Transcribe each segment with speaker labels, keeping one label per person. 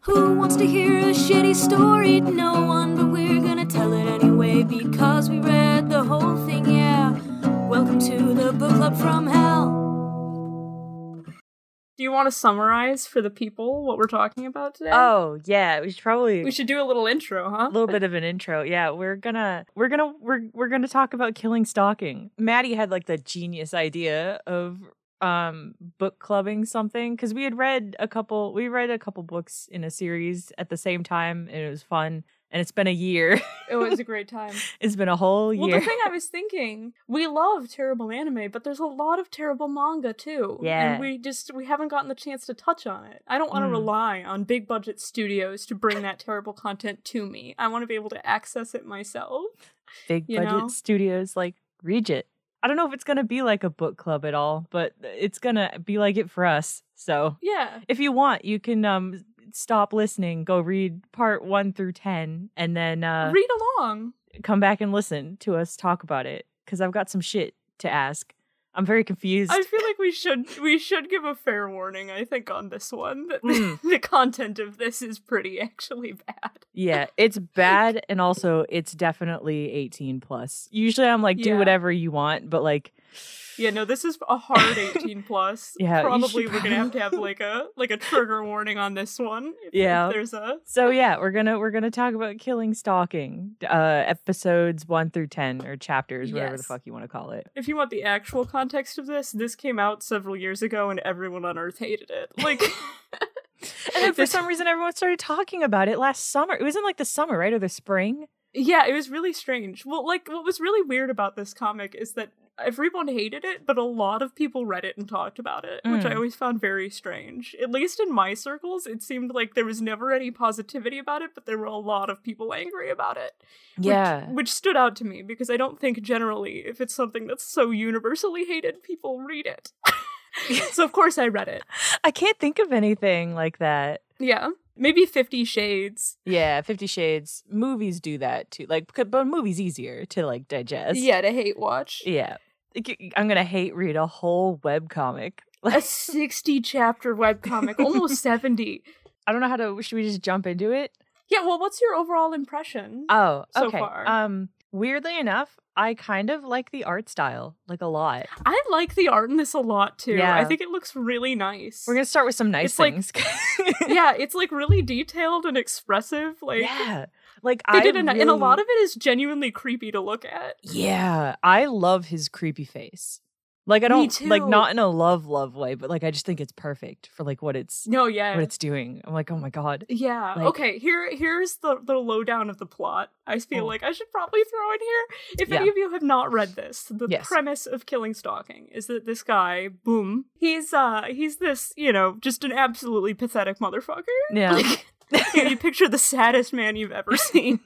Speaker 1: Who wants to hear a shitty story? No one, but we're gonna tell it anyway because we read the whole thing, yeah. Welcome to the book club from hell.
Speaker 2: Do you want to summarize for the people what we're talking about today?
Speaker 3: Oh yeah, we should probably
Speaker 2: we should do a little intro,
Speaker 3: a
Speaker 2: huh?
Speaker 3: little bit of an intro. Yeah, we're gonna we're gonna we're we're gonna talk about killing stalking. Maddie had like the genius idea of um book clubbing something because we had read a couple we read a couple books in a series at the same time and it was fun. And it's been a year.
Speaker 2: It was a great time.
Speaker 3: it's been a whole
Speaker 2: Well,
Speaker 3: year.
Speaker 2: the thing I was thinking, we love terrible anime, but there's a lot of terrible manga too.
Speaker 3: Yeah.
Speaker 2: And we just we haven't gotten the chance to touch on it. I don't want to
Speaker 3: Mm.
Speaker 2: rely on big budget studios to bring that terrible content to me. I want to be able to access it myself.
Speaker 3: Big
Speaker 2: you
Speaker 3: budget
Speaker 2: know?
Speaker 3: studios like Regit. I don't know if it's gonna be like a book club at all, but it's gonna be like it for us. So
Speaker 2: Yeah.
Speaker 3: if you want, you can um stop listening, go read part one through ten, and then uh,
Speaker 2: Read along.
Speaker 3: come back and listen to us talk about it. Because I've got some shit to ask. I'm very confused.
Speaker 2: I feel like we should we should give a fair warning, I think, on this one. That
Speaker 3: Mm.
Speaker 2: the, the content of this is pretty actually bad.
Speaker 3: yeah, it's bad, and also it's definitely 18 plus. Usually, I'm like, do
Speaker 2: Yeah.
Speaker 3: whatever you want, but like,
Speaker 2: Yeah, no, this is a hard 18 plus.
Speaker 3: Yeah, you
Speaker 2: probably
Speaker 3: should
Speaker 2: we're gonna have to have like a like a trigger warning on this one. if- if
Speaker 3: Yeah.
Speaker 2: there's a
Speaker 3: So yeah, we're gonna we're gonna talk about killing stalking, uh, episodes one through ten or chapters, whatever the
Speaker 2: Yes.
Speaker 3: fuck you want to call it.
Speaker 2: if you want the actual context of this, this came out several years ago and everyone on Earth hated it. Like,
Speaker 3: And then for
Speaker 2: This-
Speaker 3: some reason, everyone started talking about it last summer. It was in like the summer, right, or the spring.
Speaker 2: yeah, it was really strange. Well, like, what was really weird about this comic is that everyone hated it, but a lot of people read it and talked about it, which I
Speaker 3: Mm.
Speaker 2: always found very strange. At least in my circles, it seemed like there was never any positivity about it, but there were a lot of people angry about it. which- Which, stood out to me because I don't think generally, if it's something that's so universally hated, people read it. so, of course, I read it.
Speaker 3: I can't think of anything like that.
Speaker 2: Yeah. Maybe 50 Shades.
Speaker 3: Yeah, Fifty Shades movies do that too. Like, c- but movies easier to like digest.
Speaker 2: Yeah, to hate watch.
Speaker 3: yeah. Like, I'm gonna hate read a whole web comic.
Speaker 2: A 60 chapter webcomic, almost 70.
Speaker 3: I don't know how to. Should we just jump into it?
Speaker 2: Yeah, well, what's your overall impression?
Speaker 3: Oh,
Speaker 2: so
Speaker 3: okay.
Speaker 2: far.
Speaker 3: Um, weirdly enough, I kind of like the art style like a lot.
Speaker 2: I like the art in this a lot too.
Speaker 3: Yeah.
Speaker 2: I think it looks really nice.
Speaker 3: We're gonna start with some
Speaker 2: It's
Speaker 3: nice
Speaker 2: like-
Speaker 3: things.
Speaker 2: yeah, it's like really detailed and expressive. Like,
Speaker 3: yeah, like
Speaker 2: they
Speaker 3: I
Speaker 2: did, a,
Speaker 3: really,
Speaker 2: and a lot of it is genuinely creepy to look at.
Speaker 3: Yeah, I love his creepy face. Like I
Speaker 2: Me
Speaker 3: don't like
Speaker 2: too.
Speaker 3: not in a love love way, but like I just think it's perfect for like what it's
Speaker 2: No, yeah.
Speaker 3: what it's doing. I'm like, oh my god.
Speaker 2: Yeah.
Speaker 3: Like-
Speaker 2: okay. Here, here's the the lowdown of the plot. I feel
Speaker 3: Mm.
Speaker 2: like I should probably throw in here. If any
Speaker 3: Yeah.
Speaker 2: of you have not read this, the
Speaker 3: Yes.
Speaker 2: premise of Killing Stalking is that this guy, boom, he's uh he's this you know just an absolutely pathetic motherfucker.
Speaker 3: Yeah.
Speaker 2: Like, you, you picture the saddest man you've ever seen.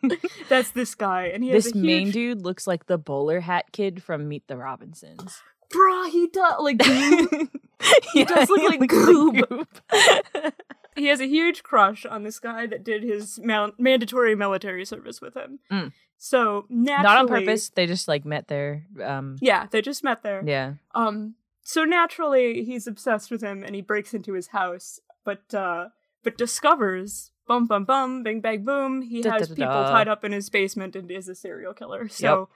Speaker 2: That's this guy, and he
Speaker 3: this
Speaker 2: has a
Speaker 3: main
Speaker 2: huge
Speaker 3: dude looks like the bowler hat kid from Meet the Robinsons.
Speaker 2: bruh. He does like
Speaker 3: he
Speaker 2: does look like
Speaker 3: looks
Speaker 2: Goob.
Speaker 3: Goob.
Speaker 2: he has a huge crush on this guy that did his mount- mandatory military service with him.
Speaker 3: Mm.
Speaker 2: So naturally,
Speaker 3: Not on purpose. They just like met there. Um,
Speaker 2: Yeah, they just met there.
Speaker 3: yeah.
Speaker 2: Um, so naturally, he's obsessed with him, and he breaks into his house, but uh, but discovers bum bum bum, bing bang boom, he
Speaker 3: Da,
Speaker 2: has
Speaker 3: da, da,
Speaker 2: people
Speaker 3: da.
Speaker 2: tied up in his basement and is a serial killer. So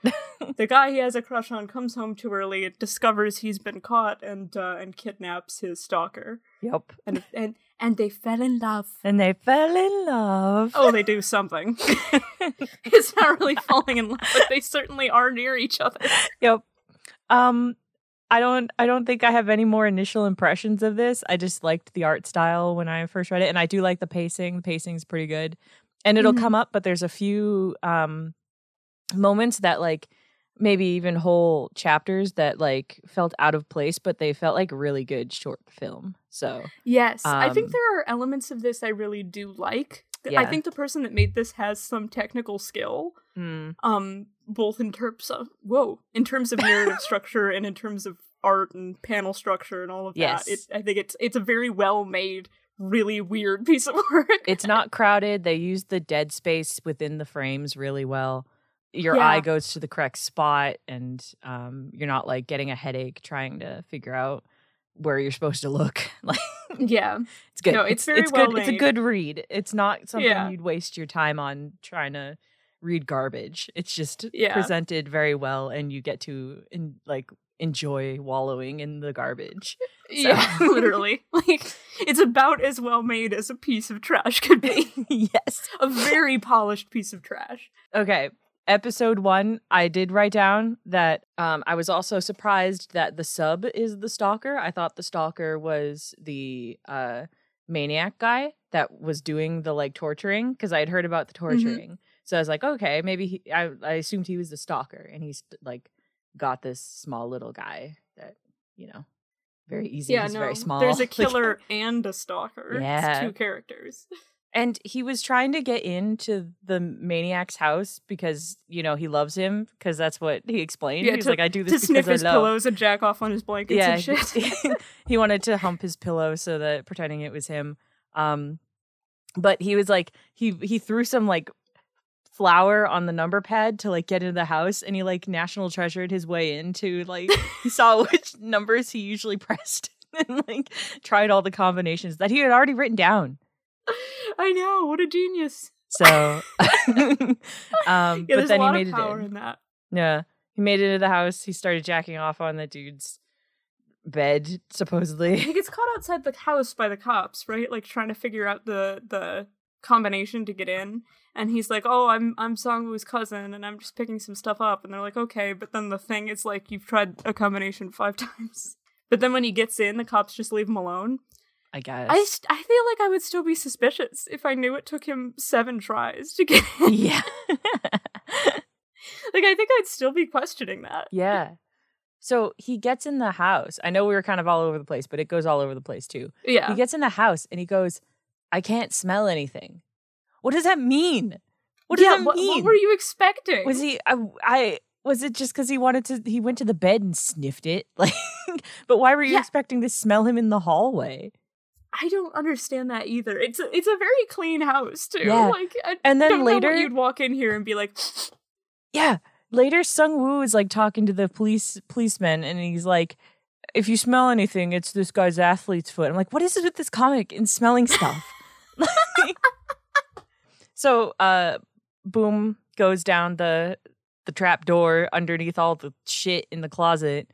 Speaker 2: the guy he has a crush on comes home too early, discovers he's been caught, and uh, and kidnaps his stalker,
Speaker 3: Yep.
Speaker 2: and and and they fell in love.
Speaker 3: And they fell in love.
Speaker 2: Oh, they do something. it's not really falling in love, but they certainly are near each other.
Speaker 3: Yep. Um, I don't. I don't think I have any more initial impressions of this. I just liked the art style when I first read it, and I do like the pacing. The pacing's pretty good, and it'll
Speaker 2: Mhm.
Speaker 3: come up. But there's a few um moments that like maybe even whole chapters that like felt out of place, but they felt like really good short film. So
Speaker 2: Yes, I
Speaker 3: Um,
Speaker 2: think there are elements of this I really do like. Th- I
Speaker 3: Yeah.
Speaker 2: think the person that made this has some technical skill, um, both in terms of whoa, in terms of narrative structure and in terms of art and panel structure and all of
Speaker 3: Yes.
Speaker 2: that. It, I think it's it's a very well made, really weird piece of work.
Speaker 3: it's not crowded. They use the dead space within the frames really well. Your
Speaker 2: Yeah.
Speaker 3: eye goes to the correct spot, and um, you're not like getting a headache trying to figure out where you're supposed to look. like
Speaker 2: yeah.
Speaker 3: It's good.
Speaker 2: No, it's very
Speaker 3: it's
Speaker 2: well
Speaker 3: good. It's a
Speaker 2: made.
Speaker 3: good read. It's not something
Speaker 2: Yeah.
Speaker 3: you'd waste your time on trying to read garbage. It's just
Speaker 2: Yeah.
Speaker 3: presented very well, and you get to in, like enjoy wallowing in the garbage.
Speaker 2: Yeah, literally. Like it's about as well made as a piece of trash could be.
Speaker 3: yes.
Speaker 2: a very polished piece of trash.
Speaker 3: Okay. Episode one, I did write down that um, I was also surprised that the sub is the stalker. I thought the stalker was the uh, maniac guy that was doing the like torturing because I had heard about the
Speaker 2: Mm-hmm.
Speaker 3: torturing. So I was like, okay, maybe he, I, I assumed he was the stalker and he's like got this small little guy that, you know, very easy.
Speaker 2: yeah,
Speaker 3: he's
Speaker 2: no.
Speaker 3: very small.
Speaker 2: There's a
Speaker 3: Like-
Speaker 2: killer and a stalker. It's
Speaker 3: Yeah.
Speaker 2: two characters.
Speaker 3: And he was trying to get into the maniac's house because you know he loves him because that's what he explained.
Speaker 2: Yeah,
Speaker 3: he was
Speaker 2: to-
Speaker 3: like, "I do
Speaker 2: to
Speaker 3: this
Speaker 2: sniff
Speaker 3: because
Speaker 2: his
Speaker 3: I love."
Speaker 2: pillows and jack off on his blankets
Speaker 3: yeah,
Speaker 2: and shit.
Speaker 3: he, he wanted to hump his pillow so that pretending it was him. Um, but he was like he he threw some like flour on the number pad to like get into the house, and he like national treasured his way into like he saw which numbers he usually pressed and like tried all the combinations that he had already written down.
Speaker 2: I know, what a genius.
Speaker 3: So, um,
Speaker 2: Yeah,
Speaker 3: but
Speaker 2: there's a
Speaker 3: then he
Speaker 2: lot
Speaker 3: made
Speaker 2: of
Speaker 3: it
Speaker 2: power
Speaker 3: in.
Speaker 2: in that.
Speaker 3: Yeah, he made it into the house. He started jacking off on the dude's bed,
Speaker 2: He
Speaker 3: supposedly.
Speaker 2: gets caught outside the house by the cops, right? Like trying to figure out the the combination to get in. And he's like, "Oh, I'm I'm Songwoo's cousin, and I'm just picking some stuff up." And they're like, "Okay," but then the thing is like, you've tried a combination five times. But then when he gets in, the cops just leave him alone.
Speaker 3: I guess.
Speaker 2: I st- I feel like I would still be suspicious if I knew it took him seven tries to get in.
Speaker 3: yeah,
Speaker 2: Like I think I'd still be questioning that.
Speaker 3: yeah. So he gets in the house. I know we were kind of all over the place, but it goes all over the place too. He
Speaker 2: Yeah.
Speaker 3: gets in the house and he goes, "I can't smell anything." What does that mean? What does
Speaker 2: yeah,
Speaker 3: that
Speaker 2: what,
Speaker 3: mean?
Speaker 2: what were you expecting?
Speaker 3: Was he? I, I was it just because he wanted to? He went to the bed and sniffed it. Like, but why were you
Speaker 2: Yeah.
Speaker 3: expecting to smell him in the hallway?
Speaker 2: I don't understand that either. It's a, it's a very clean house too.
Speaker 3: Yeah.
Speaker 2: Like I don't
Speaker 3: And then
Speaker 2: know what
Speaker 3: later,
Speaker 2: you'd walk in here and be like,
Speaker 3: yeah, later Sung Woo is like talking to the police policeman, and he's like, "If you smell anything, it's this guy's athlete's foot." I'm like, "What is it with this comic and smelling stuff?" Like- so, uh, boom goes down the the trap door underneath all the shit in the closet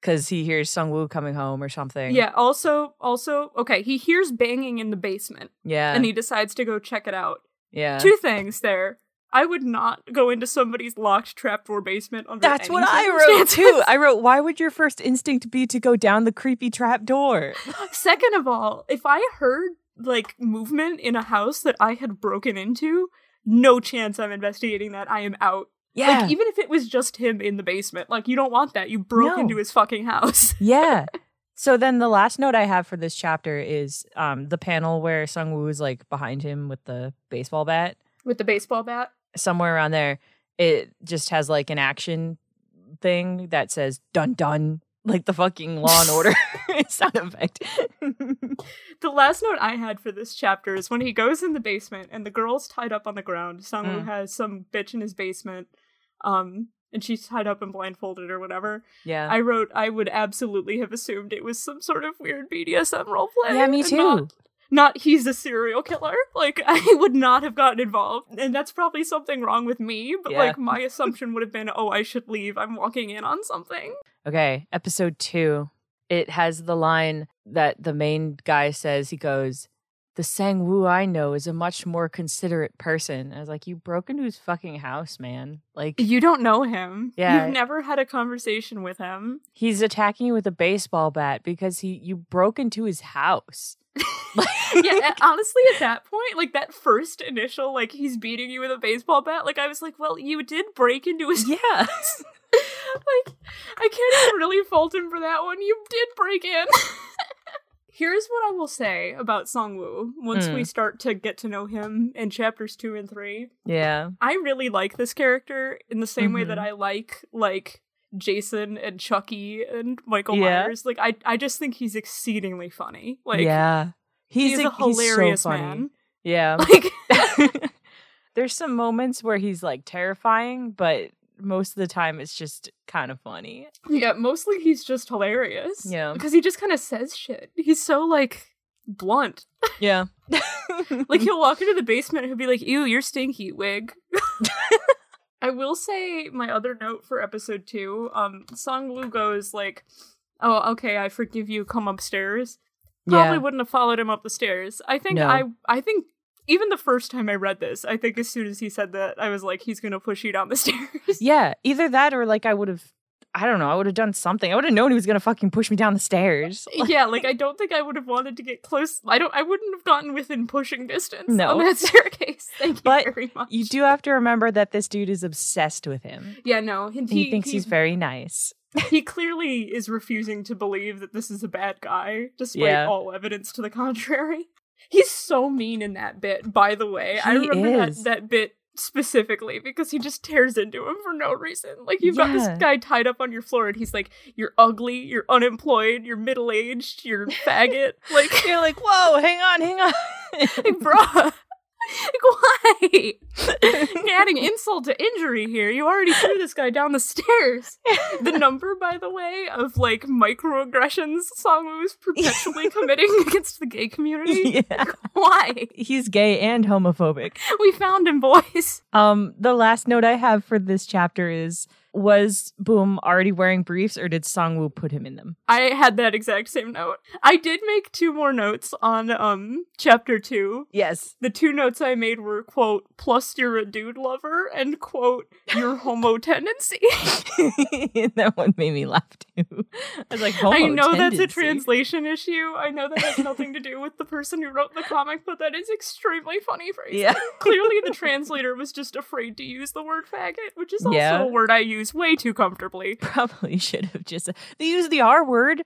Speaker 3: because he hears Sung Woo coming home or something.
Speaker 2: yeah. Also, also, okay. He hears banging in the basement
Speaker 3: Yeah.
Speaker 2: and he decides to go check it out.
Speaker 3: yeah.
Speaker 2: Two things there. I would not go into somebody's locked trapdoor basement under
Speaker 3: That's
Speaker 2: any
Speaker 3: what I wrote
Speaker 2: circumstances.
Speaker 3: too. I wrote, why would your first instinct be to go down the creepy trap door?
Speaker 2: Second of all, if I heard like movement in a house that I had broken into, no chance I'm investigating that. I am out.
Speaker 3: Yeah.
Speaker 2: Like even if it was just him in the basement, like you don't want that. You broke
Speaker 3: No.
Speaker 2: into his fucking house.
Speaker 3: yeah. So then the last note I have for this chapter is um, the panel where Sung Woo is like behind him with the baseball bat.
Speaker 2: With the baseball bat.
Speaker 3: Somewhere around there, it just has like an action thing that says dun dun, like the fucking Law and Order sound effect.
Speaker 2: The last note I had for this chapter is when he goes in the basement and the girl's tied up on the ground. Sangwoo
Speaker 3: Mm.
Speaker 2: has some bitch in his basement. Um and she's tied up and blindfolded or whatever.
Speaker 3: yeah.
Speaker 2: I wrote I would absolutely have assumed it was some sort of weird BDSM roleplay.
Speaker 3: yeah, me
Speaker 2: and
Speaker 3: too.
Speaker 2: Not, not he's a serial killer. Like I would not have gotten involved. And that's probably something wrong with me, but
Speaker 3: Yeah.
Speaker 2: like my assumption would have been, "Oh, I should leave. I'm walking in on something."
Speaker 3: Okay, episode two. It has the line that the main guy says. He goes, "The Sang Woo I know is a much more considerate person." I was like, "You broke into his fucking house, man! Like
Speaker 2: You don't know him.
Speaker 3: Yeah.
Speaker 2: You've never had a conversation with him.
Speaker 3: he's attacking you with a baseball bat because he you broke into his house." Like-
Speaker 2: yeah, and honestly, at that point, like that first initial, like he's beating you with a baseball bat, like I was like, well, you did break into his.
Speaker 3: yeah.
Speaker 2: like, I can't even really fault him for that one. You did break in. Here's what I will say about Songwoo once
Speaker 3: Mm.
Speaker 2: we start to get to know him in chapters two and three.
Speaker 3: Yeah.
Speaker 2: I really like this character in the same way that
Speaker 3: Mhm.
Speaker 2: I like, like, Jason and Chucky and Michael
Speaker 3: Yeah.
Speaker 2: Myers. Like I I just think he's exceedingly funny. Like
Speaker 3: yeah. He's,
Speaker 2: he's,
Speaker 3: a,
Speaker 2: a hilarious
Speaker 3: he's so funny.
Speaker 2: man.
Speaker 3: Yeah.
Speaker 2: Like
Speaker 3: There's some moments where he's like terrifying, but most of the time it's just kind of funny.
Speaker 2: Yeah, mostly he's just hilarious.
Speaker 3: Yeah.
Speaker 2: Because he just kind of says shit. He's so like blunt.
Speaker 3: Yeah.
Speaker 2: Like
Speaker 3: Mm.
Speaker 2: he'll walk into the basement and he'll be like, "Ew, you're stinky, wig." I will say my other note for episode two. Um, Song Woo goes like, "Oh, okay, I forgive you. Come upstairs." Probably wouldn't have followed him up the stairs. I think
Speaker 3: No.
Speaker 2: I. I think even the first time I read this, I think as soon as he said that, I was like, "He's gonna push you down the stairs."
Speaker 3: Yeah, either that or like I would have I don't know, I would have done something. I would have known he was going to fucking push me down the stairs.
Speaker 2: yeah, like I don't think I would have wanted to get close. I don't. I wouldn't have gotten within pushing distance
Speaker 3: No.
Speaker 2: on that staircase. Thank you
Speaker 3: But
Speaker 2: very much.
Speaker 3: You do have to remember that this dude is obsessed with him.
Speaker 2: Yeah, no. He,
Speaker 3: He, thinks he's very nice.
Speaker 2: he clearly is refusing to believe that this is a bad guy, despite
Speaker 3: Yeah.
Speaker 2: all evidence to the contrary. He's so mean in that bit, by the way. I
Speaker 3: He
Speaker 2: remember that,
Speaker 3: is.
Speaker 2: that bit specifically because he just tears into him for no reason. Like, you've got
Speaker 3: Yeah.
Speaker 2: this guy tied up on your floor, and he's like, You're ugly, you're unemployed, you're middle aged, you're faggot. Like,
Speaker 3: You're like, "Whoa, hang on, hang on."
Speaker 2: like, bruh. Like, why? You're adding insult to injury here. You already threw this guy down the stairs. The number, by the way, of like microaggressions Songwoo is perpetually committing against the gay community.
Speaker 3: yeah.
Speaker 2: Why?
Speaker 3: He's gay and homophobic.
Speaker 2: We found him, boys.
Speaker 3: Um the last note I have for this chapter is was Boom already wearing briefs or did Songwoo put him in them?
Speaker 2: I had that exact same note. I did make two more notes on um chapter two.
Speaker 3: Yes.
Speaker 2: The two notes I made were quote, plus you're a dude lover and quote, your homo tendency.
Speaker 3: that one made me laugh too. I was like,
Speaker 2: I know
Speaker 3: "Homo
Speaker 2: that's a
Speaker 3: Oh, tendency."
Speaker 2: translation issue. I know that has nothing to do with the person who wrote the comic, but that is extremely funny phrase.
Speaker 3: Yeah.
Speaker 2: Clearly, the translator was just afraid to use the word faggot, which is also
Speaker 3: Yeah.
Speaker 2: a word I use way too comfortably.
Speaker 3: probably should have just they use the R word.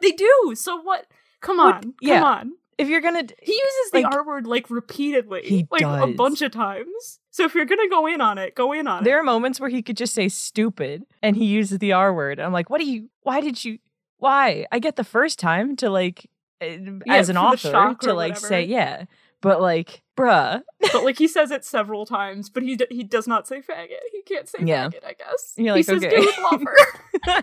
Speaker 2: They do. So what? Come on.
Speaker 3: What- yeah.
Speaker 2: Come on.
Speaker 3: If you're gonna, d-
Speaker 2: He uses the
Speaker 3: Like-
Speaker 2: R word like repeatedly,
Speaker 3: He
Speaker 2: like a
Speaker 3: does.
Speaker 2: bunch of times. So if you're going to go in on it, go in on
Speaker 3: there are moments where he could just say stupid, and he uses the R word. I'm like, what do you? Why did you? Why? I get the first time to like, uh, as an
Speaker 2: for the
Speaker 3: author
Speaker 2: shock or
Speaker 3: to like say
Speaker 2: whatever.
Speaker 3: yeah, but like, bruh,
Speaker 2: it. But like he says it several times, but he d- he does not say faggot. He can't say
Speaker 3: Yeah.
Speaker 2: faggot, I guess.
Speaker 3: You're
Speaker 2: he
Speaker 3: like,
Speaker 2: says
Speaker 3: okay.
Speaker 2: dude lover.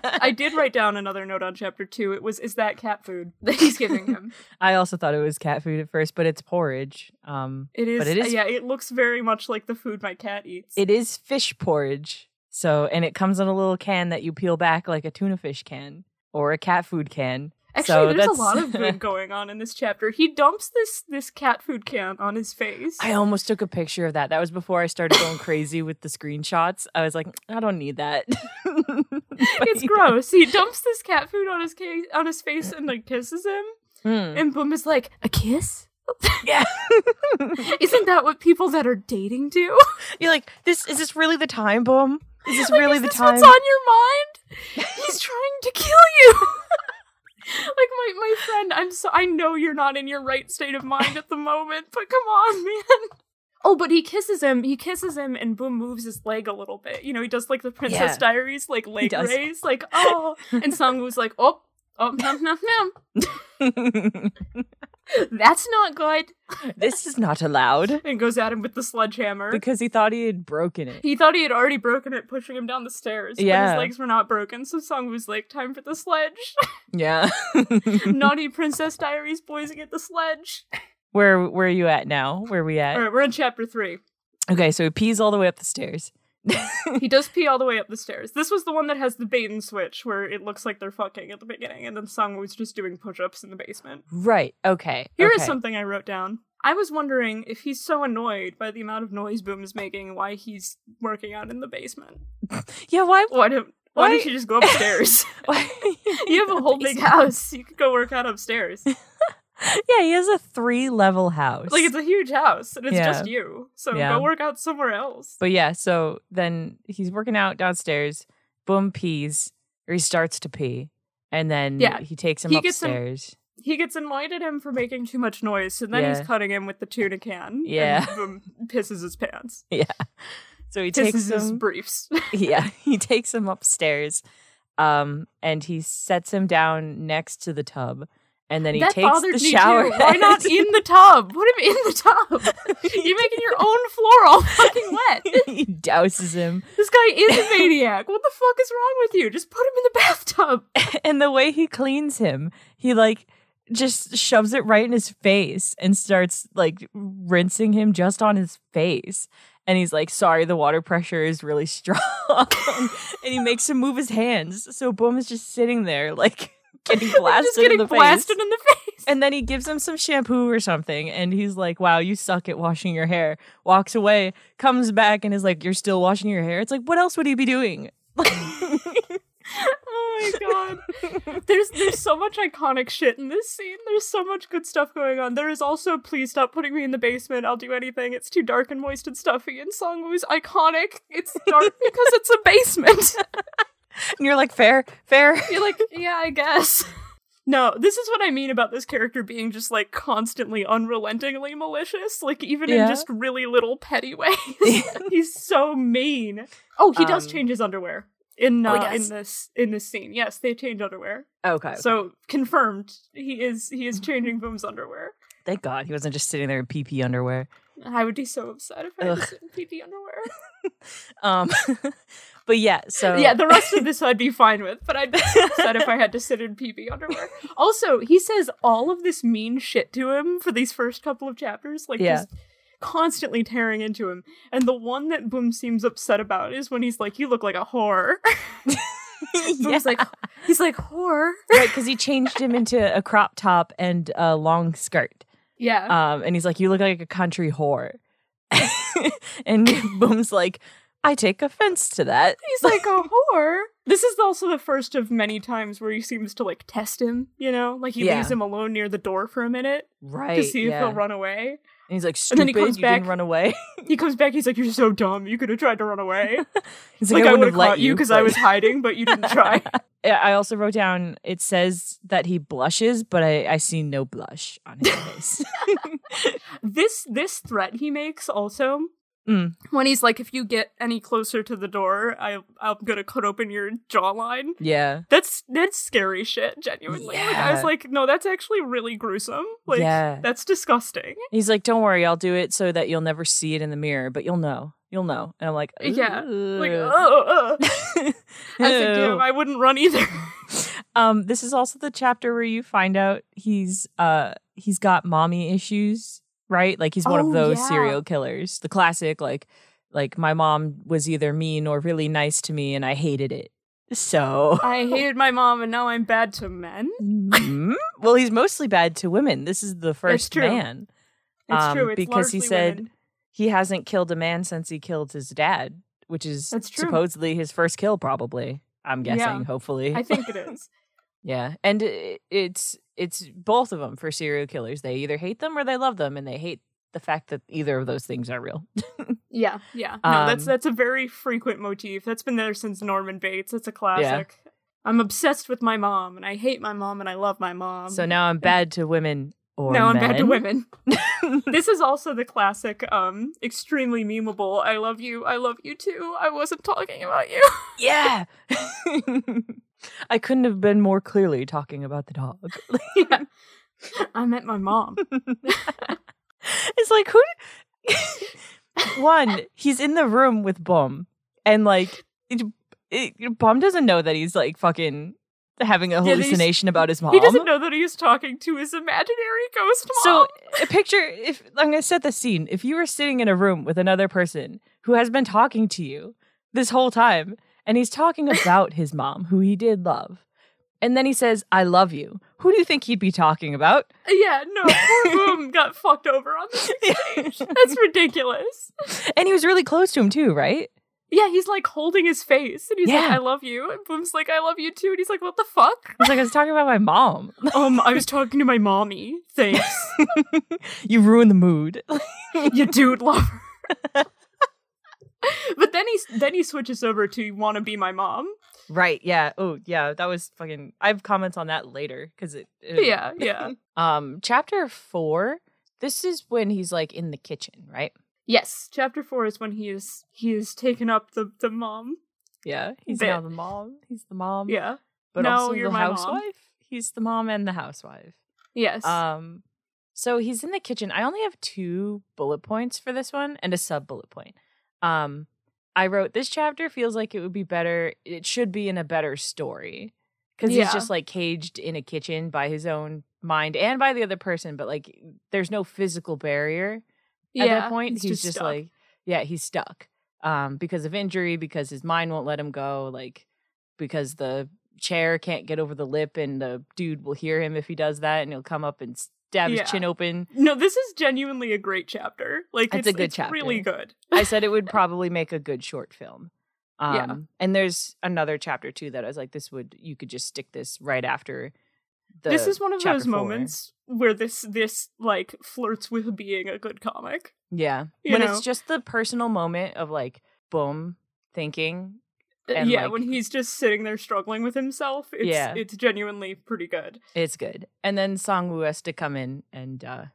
Speaker 2: I did write down another note on chapter two. It was, is that cat food that he's giving him?
Speaker 3: I also thought it was cat food at first, but it's porridge. Um,
Speaker 2: It is,
Speaker 3: But it is-
Speaker 2: yeah, it looks very much like the food my cat eats.
Speaker 3: it is fish porridge. So, and it comes in a little can that you peel back like a tuna fish can or a cat food can. so
Speaker 2: Actually, there's
Speaker 3: that's-
Speaker 2: a lot of food going on in this chapter. He dumps this this cat food can on his face.
Speaker 3: I almost took a picture of that. That was before I started going crazy with the screenshots. I was like, I don't need that.
Speaker 2: it's gross. He dumps this cat food on his case, on his face and like kisses him.
Speaker 3: Hmm.
Speaker 2: And Boom is like, a kiss?
Speaker 3: Yeah.
Speaker 2: Isn't that what people that are dating do?
Speaker 3: You're like, this is this really the time, boom? Is this
Speaker 2: Like,
Speaker 3: really
Speaker 2: is
Speaker 3: the
Speaker 2: this
Speaker 3: time?
Speaker 2: What's on your mind? He's trying to kill you. like my my friend, I'm so I know you're not in your right state of mind at the moment, but come on, man. Oh, but he kisses him. He kisses him, and Boom moves his leg a little bit. You know, he does like the Princess
Speaker 3: Yeah.
Speaker 2: Diaries, like leg
Speaker 3: does.
Speaker 2: raise, like oh. And Sangwoo's like, oh, oh, nom nom nom. That's not good.
Speaker 3: this is not allowed.
Speaker 2: And goes at him with the sledgehammer.
Speaker 3: Because he thought he had broken it.
Speaker 2: He thought he had already broken it, pushing him down the stairs. But
Speaker 3: Yeah.
Speaker 2: his legs were not broken, so Song was like, time for the sledge.
Speaker 3: Yeah.
Speaker 2: Naughty Princess Diaries boys get the sledge.
Speaker 3: where where are you at now? Where are we at?
Speaker 2: Alright, we're in chapter three.
Speaker 3: Okay, so he pees all the way up the stairs.
Speaker 2: He does pee all the way up the stairs. This was the one that has the bait and switch where it looks like they're fucking at the beginning, and then Song was just doing push-ups in the basement.
Speaker 3: Right. Okay.
Speaker 2: Here is
Speaker 3: okay.
Speaker 2: something I wrote down. I was wondering if he's so annoyed by the amount of noise Boom is making, why he's working out in the basement.
Speaker 3: Yeah, why
Speaker 2: Why don't why,
Speaker 3: Why-
Speaker 2: don't you just go upstairs?
Speaker 3: why
Speaker 2: you have a whole big house. You could go work out upstairs.
Speaker 3: Yeah, he has a three level house.
Speaker 2: Like it's a huge house and it's
Speaker 3: Yeah.
Speaker 2: just you. So
Speaker 3: Yeah.
Speaker 2: go work out somewhere else.
Speaker 3: But yeah, so then he's working out downstairs. Boom pees, or he starts to pee, and then
Speaker 2: Yeah,
Speaker 3: he takes him
Speaker 2: he gets him-
Speaker 3: upstairs.
Speaker 2: he gets annoyed at him for making too much noise, so then
Speaker 3: Yeah.
Speaker 2: he's cutting him with the tuna can.
Speaker 3: Yeah.
Speaker 2: And boom, pisses his pants.
Speaker 3: so he takes
Speaker 2: Pisses his
Speaker 3: him.
Speaker 2: briefs.
Speaker 3: yeah, he takes him upstairs, um, and he sets him down next to the tub, and then he
Speaker 2: that
Speaker 3: takes
Speaker 2: bothered
Speaker 3: the
Speaker 2: me
Speaker 3: shower.
Speaker 2: too. Why not in the tub? Put him in the tub. You're making your own floor all fucking wet.
Speaker 3: he douses him,
Speaker 2: This guy is a maniac. What the fuck is wrong with you? Just put him in the bathtub.
Speaker 3: and the way he cleans him, he like just shoves it right in his face and starts like rinsing him just on his face. And he's like, sorry, the water pressure is really strong. and he makes him move his hands. So Boom is just sitting there, like getting blasted
Speaker 2: just getting
Speaker 3: in the
Speaker 2: blasted
Speaker 3: face.
Speaker 2: in the face.
Speaker 3: And then he gives him some shampoo or something. And he's like, wow, you suck at washing your hair. Walks away, comes back, and is like, you're still washing your hair? It's like, what else would he be doing?
Speaker 2: oh my god. There's there's so much iconic shit in this scene. There's so much good stuff going on. There is also please stop putting me in the basement. I'll do anything. It's too dark and moist and stuffy. And song was iconic. It's dark because it's a basement.
Speaker 3: and you're like, fair, fair.
Speaker 2: You're like, yeah, I guess. No, this is what I mean about this character being just like constantly unrelentingly malicious, like even in
Speaker 3: Yeah.
Speaker 2: just really little petty ways. He's so mean. Oh, he does
Speaker 3: Um,
Speaker 2: change his underwear in
Speaker 1: Oh, he
Speaker 2: uh, in
Speaker 1: does.
Speaker 2: this in this scene. Yes, they change underwear.
Speaker 3: Okay.
Speaker 2: So confirmed, he is he is changing Boom's underwear.
Speaker 3: Thank God he wasn't just sitting there in PP underwear.
Speaker 2: I would be so upset if I
Speaker 3: Ugh.
Speaker 2: was in PP underwear.
Speaker 3: Um, but yeah, so
Speaker 2: Yeah, the rest of this I'd be fine with, but I'd be so upset if I had to sit in PB underwear. Also, he says all of this mean shit to him for these first couple of chapters, like
Speaker 3: Yeah.
Speaker 2: just constantly tearing into him. And the one that Boom seems upset about is when he's like, "You look like a whore."
Speaker 3: yeah.
Speaker 2: Boom's like, he's like whore.
Speaker 3: right because he changed him into a crop top and a long skirt.
Speaker 2: Yeah,
Speaker 3: Um, and he's like, "You look like a country whore," and Boom's like, "I take offense to that."
Speaker 2: he's like a whore. This is also the first of many times where he seems to like test him. You know, like he
Speaker 3: Yeah.
Speaker 2: leaves him alone near the door for a minute
Speaker 3: Right?
Speaker 2: to see
Speaker 3: yeah.
Speaker 2: if he'll run away.
Speaker 3: And he's like,
Speaker 2: And
Speaker 3: "Stupid,
Speaker 2: then he comes
Speaker 3: you
Speaker 2: back-
Speaker 3: didn't run away."
Speaker 2: He comes back. He's like, "You're so dumb. You could have tried to run away.
Speaker 3: He's
Speaker 2: like, I would have
Speaker 3: let
Speaker 2: caught you because I
Speaker 3: but-
Speaker 2: was hiding, but you didn't try."
Speaker 3: Yeah, I also wrote down. It says that he blushes, but I, I see no blush on his face.
Speaker 2: this this threat he makes also
Speaker 3: Mm.
Speaker 2: when he's like, "If you get any closer to the door, I I'm gonna cut open your jawline."
Speaker 3: yeah.
Speaker 2: That's that's scary shit. Genuinely, like, I was
Speaker 3: Yeah.
Speaker 2: like, "No, that's actually really gruesome. Like,
Speaker 3: Yeah.
Speaker 2: that's disgusting."
Speaker 3: He's like, "Don't worry, I'll do it so that you'll never see it in the mirror, but you'll know, you'll know." And I'm like,
Speaker 2: Yeah, Like,
Speaker 3: "Ooh."
Speaker 2: oh, I was like,
Speaker 3: Ew.
Speaker 2: "Damn, I wouldn't run either."
Speaker 3: um, this is also the chapter where you find out he's uh he's got mommy issues, right? Like he's one
Speaker 2: Oh,
Speaker 3: of those
Speaker 2: yeah.
Speaker 3: serial killers, the classic like like my mom was either mean or really nice to me, and I hated it. So.
Speaker 2: I hated my mom, and now I'm bad to men.
Speaker 3: Hmm? well, he's mostly bad to women. This is the first
Speaker 2: Mm-hmm. true.
Speaker 3: man.
Speaker 2: It's
Speaker 3: Um,
Speaker 2: true. It's
Speaker 3: because he
Speaker 2: largely
Speaker 3: said-
Speaker 2: women.
Speaker 3: He hasn't killed a man since he killed his dad, which is
Speaker 2: That's true.
Speaker 3: supposedly his first kill, probably. I'm
Speaker 2: Yeah.
Speaker 3: guessing, hopefully.
Speaker 2: I think it is.
Speaker 3: Yeah, and i it's it's both of them for serial killers. They either hate them or they love them, and they hate the fact that either of those things are real.
Speaker 2: Yeah, yeah. No, that's
Speaker 3: Um,
Speaker 2: that's a very frequent motif. That's been there since Norman Bates. It's a classic. I'm obsessed with my mom, and I hate my mom, and I love my mom.
Speaker 3: so now I'm bad to women or
Speaker 2: Um, now I'm bad to
Speaker 3: men.
Speaker 2: women. this is also the classic, um, extremely memeable. I love you. I love you too. I wasn't talking about you.
Speaker 3: yeah, I couldn't have been more clearly talking about the dog.
Speaker 2: yeah. I met my mom.
Speaker 3: it's like who? One, he's in the room with Bum, and like it, it, Bum doesn't know that he's like fucking having a
Speaker 2: Yeah, that he's-
Speaker 3: hallucination about his mom.
Speaker 2: He doesn't know that he's talking to his imaginary ghost mom.
Speaker 3: So a picture if I'm gonna set the scene. If you were sitting in a room with another person who has been talking to you this whole time, and he's talking about his mom, who he did love, and then he says, I love you, who do you think he'd be talking about?
Speaker 2: yeah, no, poor Boom got fucked over on this exchange. That's ridiculous.
Speaker 3: And he was really close to him too, right?
Speaker 2: Yeah, he's like holding his face and he's like,
Speaker 3: Yeah.
Speaker 2: I love you. And Boom's like, I love you too. And he's like, What the fuck?
Speaker 3: He's like, I was talking about my mom.
Speaker 2: um, I was talking to my mommy. Thanks.
Speaker 3: you ruined the mood.
Speaker 2: you dude lover. but then he then he switches over to you wanna be my mom.
Speaker 3: right, yeah. Oh, yeah, that was fucking I have comments on that later because it, it
Speaker 2: Yeah, yeah.
Speaker 3: Um chapter four, this is when he's like in the kitchen, right?
Speaker 2: Yes. Chapter four is when he is he is taken up the, the mom.
Speaker 3: Yeah, he's
Speaker 2: Bit.
Speaker 3: now the mom. He's the mom.
Speaker 2: Yeah.
Speaker 3: but
Speaker 2: no,
Speaker 3: also
Speaker 2: you're
Speaker 3: the
Speaker 2: my mom.
Speaker 3: housewife. He's the mom and the housewife.
Speaker 2: Yes.
Speaker 3: Um, so he's in the kitchen. I only have two bullet points for this one and a sub bullet point. Um, I wrote this chapter feels like it would be better. It should be in a better story because
Speaker 2: Yeah.
Speaker 3: he's just like caged in a kitchen by his own mind and by the other person but like there's no physical barrier at that point he's, just,
Speaker 2: stuck.
Speaker 3: like yeah he's stuck um because of injury because his mind won't let him go like because the chair can't get over the lip and the dude will hear him if he does that and he'll come up and stab
Speaker 2: Yeah.
Speaker 3: his chin open
Speaker 2: No, this is genuinely a great chapter. Like
Speaker 3: It's a good
Speaker 2: it's Really good.
Speaker 3: i said it would probably make a good short film um
Speaker 2: Yeah.
Speaker 3: and there's another chapter too that i was like this would you could just stick this right after the
Speaker 2: this is one of
Speaker 3: chapter
Speaker 2: those
Speaker 3: four.
Speaker 2: moments where this this like flirts with being a good comic.
Speaker 3: yeah
Speaker 2: You
Speaker 3: when
Speaker 2: know?
Speaker 3: it's just the personal moment of like boom thinking And,
Speaker 2: Uh, yeah,
Speaker 3: like-
Speaker 2: when he's just sitting there struggling with himself, it's
Speaker 3: Yeah.
Speaker 2: it's genuinely pretty good.
Speaker 3: It's good. And then Song Woo has to come in and uh,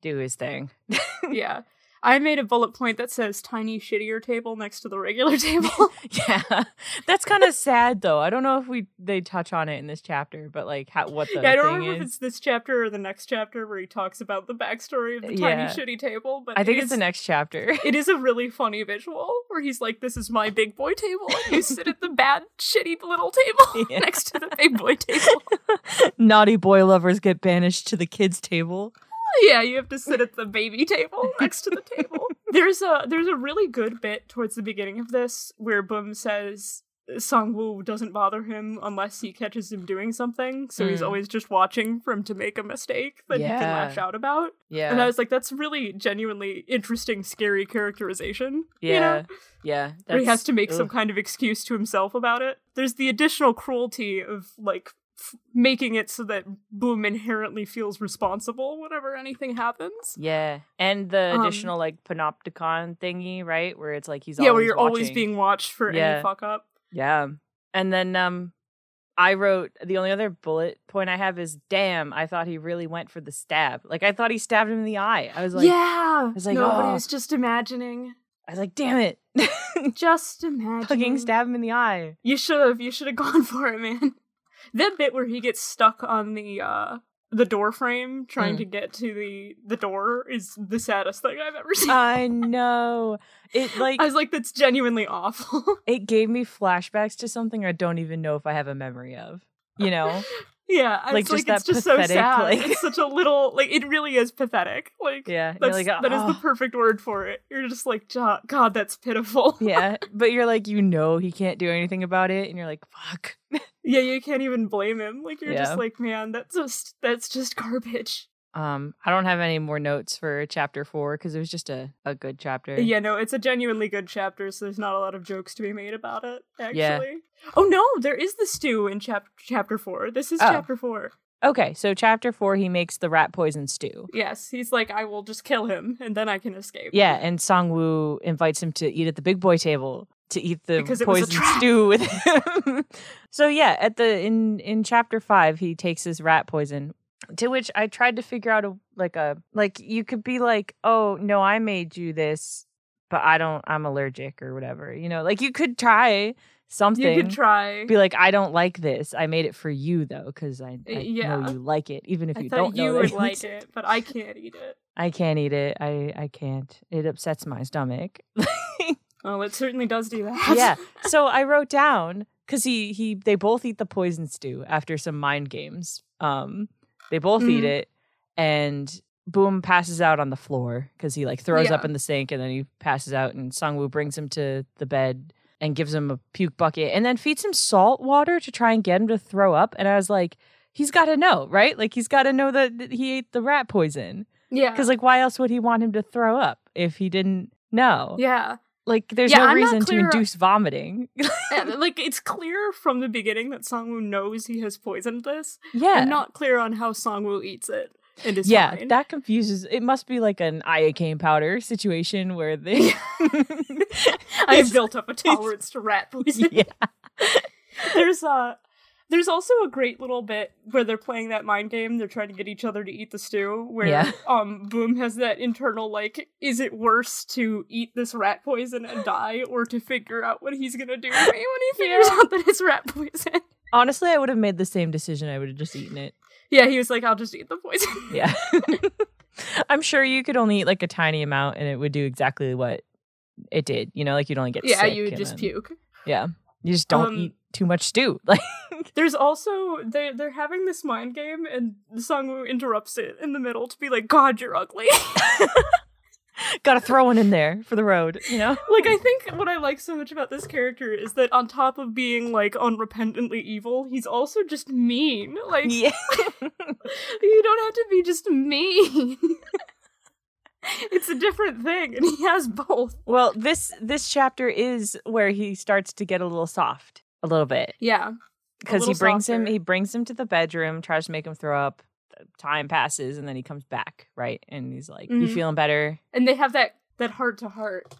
Speaker 3: do his thing.
Speaker 2: yeah. I made a bullet point that says tiny shittier table next to the regular table.
Speaker 3: yeah, that's kind of sad though. I don't know if we they touch on it in this chapter, but like how, what the
Speaker 2: yeah, I don't
Speaker 3: thing
Speaker 2: remember if
Speaker 3: is.
Speaker 2: it's this chapter or the next chapter where he talks about the backstory of the
Speaker 3: Yeah.
Speaker 2: tiny shitty table, but
Speaker 3: I
Speaker 2: it
Speaker 3: think it's
Speaker 2: is-
Speaker 3: the next chapter.
Speaker 2: It is a really funny visual where he's like, "This is my big boy table, and you sit at the bad, shitty little table
Speaker 3: Yeah.
Speaker 2: next to the big boy table.
Speaker 3: Naughty boy lovers get banished to the kids' table.
Speaker 2: yeah, you have to sit at the baby table next to the table." There's a there's a really good bit towards the beginning of this where Boom says Sangwoo doesn't bother him unless he catches him doing something, so he's
Speaker 3: Mm.
Speaker 2: always just watching for him to make a mistake that he can
Speaker 3: Yeah.
Speaker 2: lash out about.
Speaker 3: Yeah,
Speaker 2: And I was like, "That's really genuinely interesting, scary characterization."
Speaker 3: yeah,
Speaker 2: You know?
Speaker 3: yeah.
Speaker 2: where he has
Speaker 3: that's-
Speaker 2: to make some
Speaker 3: ugh.
Speaker 2: kind of excuse to himself about it. There's the additional cruelty of like f- making it so that Boom inherently feels responsible whenever anything happens.
Speaker 3: Yeah, and the
Speaker 2: Um,
Speaker 3: additional like panopticon thingy, right? Where it's like he's
Speaker 2: yeah, where you're always
Speaker 3: watching.
Speaker 2: being watched for any
Speaker 3: Yeah.
Speaker 2: fuck up.
Speaker 3: Yeah. And then um I wrote the only other bullet point I have is damn, I thought he really went for the stab. Like I thought he stabbed him in the eye. I was like
Speaker 2: yeah,
Speaker 3: it's like,
Speaker 2: nobody
Speaker 3: oh.
Speaker 2: was just imagining,
Speaker 3: I was like, damn it.
Speaker 2: just imagining.
Speaker 3: Fucking stab him in the eye.
Speaker 2: You should have. You should have gone for it, man. That bit where he gets stuck on the uh the door frame trying
Speaker 3: Mm.
Speaker 2: to get to the the door is the saddest thing I've ever seen.
Speaker 3: I know. It like
Speaker 2: I was like, that's genuinely awful.
Speaker 3: it gave me flashbacks to something I don't even know if I have a memory of. You know?
Speaker 2: Yeah, I
Speaker 3: Like,
Speaker 2: it's
Speaker 3: just
Speaker 2: like it's
Speaker 3: that
Speaker 2: just so
Speaker 3: pathetic,
Speaker 2: sad.
Speaker 3: like-
Speaker 2: It's such a little like it really is pathetic. Like
Speaker 3: Yeah. You're
Speaker 2: that's,
Speaker 3: like,
Speaker 2: that is the
Speaker 3: "Oh."
Speaker 2: perfect word for it. You're just like "Ja- God, that's pitiful. Yeah.
Speaker 3: yeah. But you're like, you know he can't do anything about it, and you're like, fuck.
Speaker 2: you can't even blame him. Like you're
Speaker 3: Yeah.
Speaker 2: just like, man, that's just that's just garbage.
Speaker 3: Um, I don't have any more notes for chapter four because it was just a, a good chapter.
Speaker 2: Yeah, no, it's a genuinely good chapter, so there's not a lot of jokes to be made about it. Actually,
Speaker 3: Yeah.
Speaker 2: oh no, there is the stew in chap- chapter four. This is
Speaker 3: Oh.
Speaker 2: chapter four.
Speaker 3: Okay, so chapter four, he makes the rat poison stew.
Speaker 2: Yes, he's like, I will just kill him, and then I can escape.
Speaker 3: Yeah, and Song Woo invites him to eat at the big boy table to eat the
Speaker 2: Because it was a
Speaker 3: poison
Speaker 2: trap.
Speaker 3: stew with him. so yeah, at the in in chapter five, he takes his rat poison. To which I tried to figure out a like a like you could be like, oh no, I made you this, but I don't, I'm allergic or whatever. You know, like you could try something.
Speaker 2: you could try.
Speaker 3: Be like, I don't like this. I made it for you though, because I, I
Speaker 2: yeah.
Speaker 3: know you like it, even if
Speaker 2: I
Speaker 3: you
Speaker 2: thought
Speaker 3: don't
Speaker 2: you
Speaker 3: know
Speaker 2: would
Speaker 3: that
Speaker 2: like it, but I can't eat it.
Speaker 3: I can't eat it. I I can't. It upsets my stomach.
Speaker 2: Oh, it certainly does do that.
Speaker 3: yeah. So I wrote down because he he they both eat the poison stew after some mind games. Um, they both eat
Speaker 2: Mhm.
Speaker 3: it, and Boom passes out on the floor because he like throws up
Speaker 2: Yeah.
Speaker 3: in the sink and then he passes out. And Sangwoo brings him to the bed and gives him a puke bucket and then feeds him salt water to try and get him to throw up. And I was like, he's got to know, right? Like he's got to know that that he ate the rat poison.
Speaker 2: Yeah.
Speaker 3: Because like, why else would he want him to throw up if he didn't know?
Speaker 2: yeah.
Speaker 3: Like, there's
Speaker 2: Yeah,
Speaker 3: no
Speaker 2: I'm not
Speaker 3: reason to
Speaker 2: clear-
Speaker 3: induce vomiting.
Speaker 2: And, like, it's clear from the beginning that Sangwoo knows he has poisoned this.
Speaker 3: yeah,
Speaker 2: I'm not clear on how Sangwoo eats it and is
Speaker 3: yeah,
Speaker 2: fine.
Speaker 3: that confuses. It must be like an iocane powder situation where they.
Speaker 2: I have built up a tolerance to rat poison.
Speaker 3: yeah,
Speaker 2: There's uh there's also a great little bit where they're playing that mind game. They're trying to get each other to eat the stew. Where
Speaker 3: Yeah.
Speaker 2: um Boom has that internal like, is it worse to eat this rat poison and die, or to figure out what he's gonna do to me when he figures
Speaker 3: Yeah.
Speaker 2: out that it's rat poison?
Speaker 3: honestly, I would have made the same decision. I would have just eaten it.
Speaker 2: Yeah, he was like, I'll just eat the poison.
Speaker 3: Yeah, I'm sure you could only eat like a tiny amount, and it would do exactly what it did. You know, like you'd only get
Speaker 2: Yeah,
Speaker 3: sick
Speaker 2: you would
Speaker 3: and
Speaker 2: just
Speaker 3: then-
Speaker 2: puke.
Speaker 3: Yeah, you just don't
Speaker 2: Um,
Speaker 3: eat too much stew. Like
Speaker 2: There's also they they're having this mind game and Sangwoo interrupts it in the middle to be like, God, you're ugly.
Speaker 3: Gotta throw one in there for the road, you know?
Speaker 2: like I think what I like so much about this character is that on top of being like unrepentantly evil, he's also just mean. Like
Speaker 3: Yeah.
Speaker 2: you don't have to be just mean. it's a different thing, and he has both.
Speaker 3: Well, this this chapter is where he starts to get a little soft a little bit.
Speaker 2: Yeah.
Speaker 3: Because he
Speaker 2: little
Speaker 3: brings him
Speaker 2: softer.
Speaker 3: he brings him to the bedroom, tries to make him throw up. uh, Time passes and then he comes back, right? And he's like, You
Speaker 2: Mhm.
Speaker 3: feeling better?
Speaker 2: And they have that that heart to heart.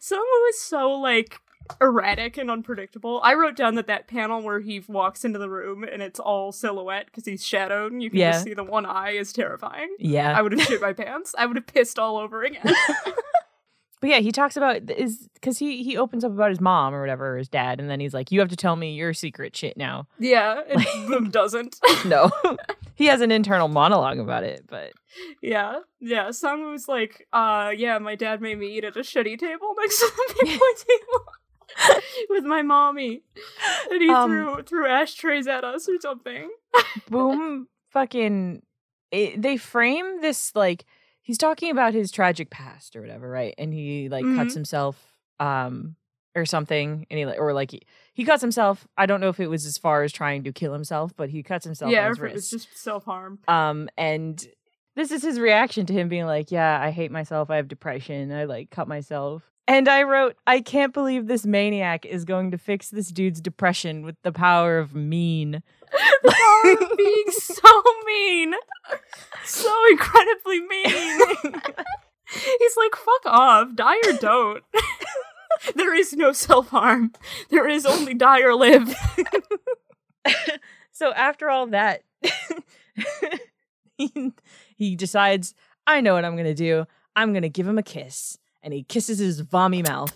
Speaker 2: Someone is so like erratic and unpredictable. I wrote down that that panel where he walks into the room and it's all silhouette because he's shadowed and you can
Speaker 3: Yeah.
Speaker 2: just see the one eye is terrifying.
Speaker 3: Yeah.
Speaker 2: I would have shit my pants. I would have pissed all over again.
Speaker 3: But yeah, he talks about th- is because he he opens up about his mom or whatever, or his dad, and then he's like, "You have to tell me your secret shit now."
Speaker 2: yeah, and boom doesn't.
Speaker 3: No, he has an internal monologue about it, but
Speaker 2: Yeah, yeah. Sam was like, uh, yeah, my dad made me eat at a shitty table next to the big boy table with my mommy. And he
Speaker 3: Um,
Speaker 2: threw threw ashtrays at us or something.
Speaker 3: boom, fucking, it, they frame this like he's talking about his tragic past or whatever, right? And he like
Speaker 2: Mm-hmm.
Speaker 3: cuts himself, um, or something, and he like or like he, he cuts himself. I don't know if it was as far as trying to kill himself, but he cuts himself.
Speaker 2: yeah,
Speaker 3: on his
Speaker 2: or if it
Speaker 3: wrist.
Speaker 2: was just self harm.
Speaker 3: Um, and this is his reaction to him being like, Yeah, I hate myself. I have depression. I like cut myself. And I wrote, I can't believe this maniac is going to fix this dude's depression with the power of mean.
Speaker 2: being so mean, so incredibly mean. He's like, fuck off, die or don't. there is no self harm. There is only die or live.
Speaker 3: So after all that, he, he decides, I know what I'm going to do. I'm going to give him a kiss. And he kisses his vommy mouth.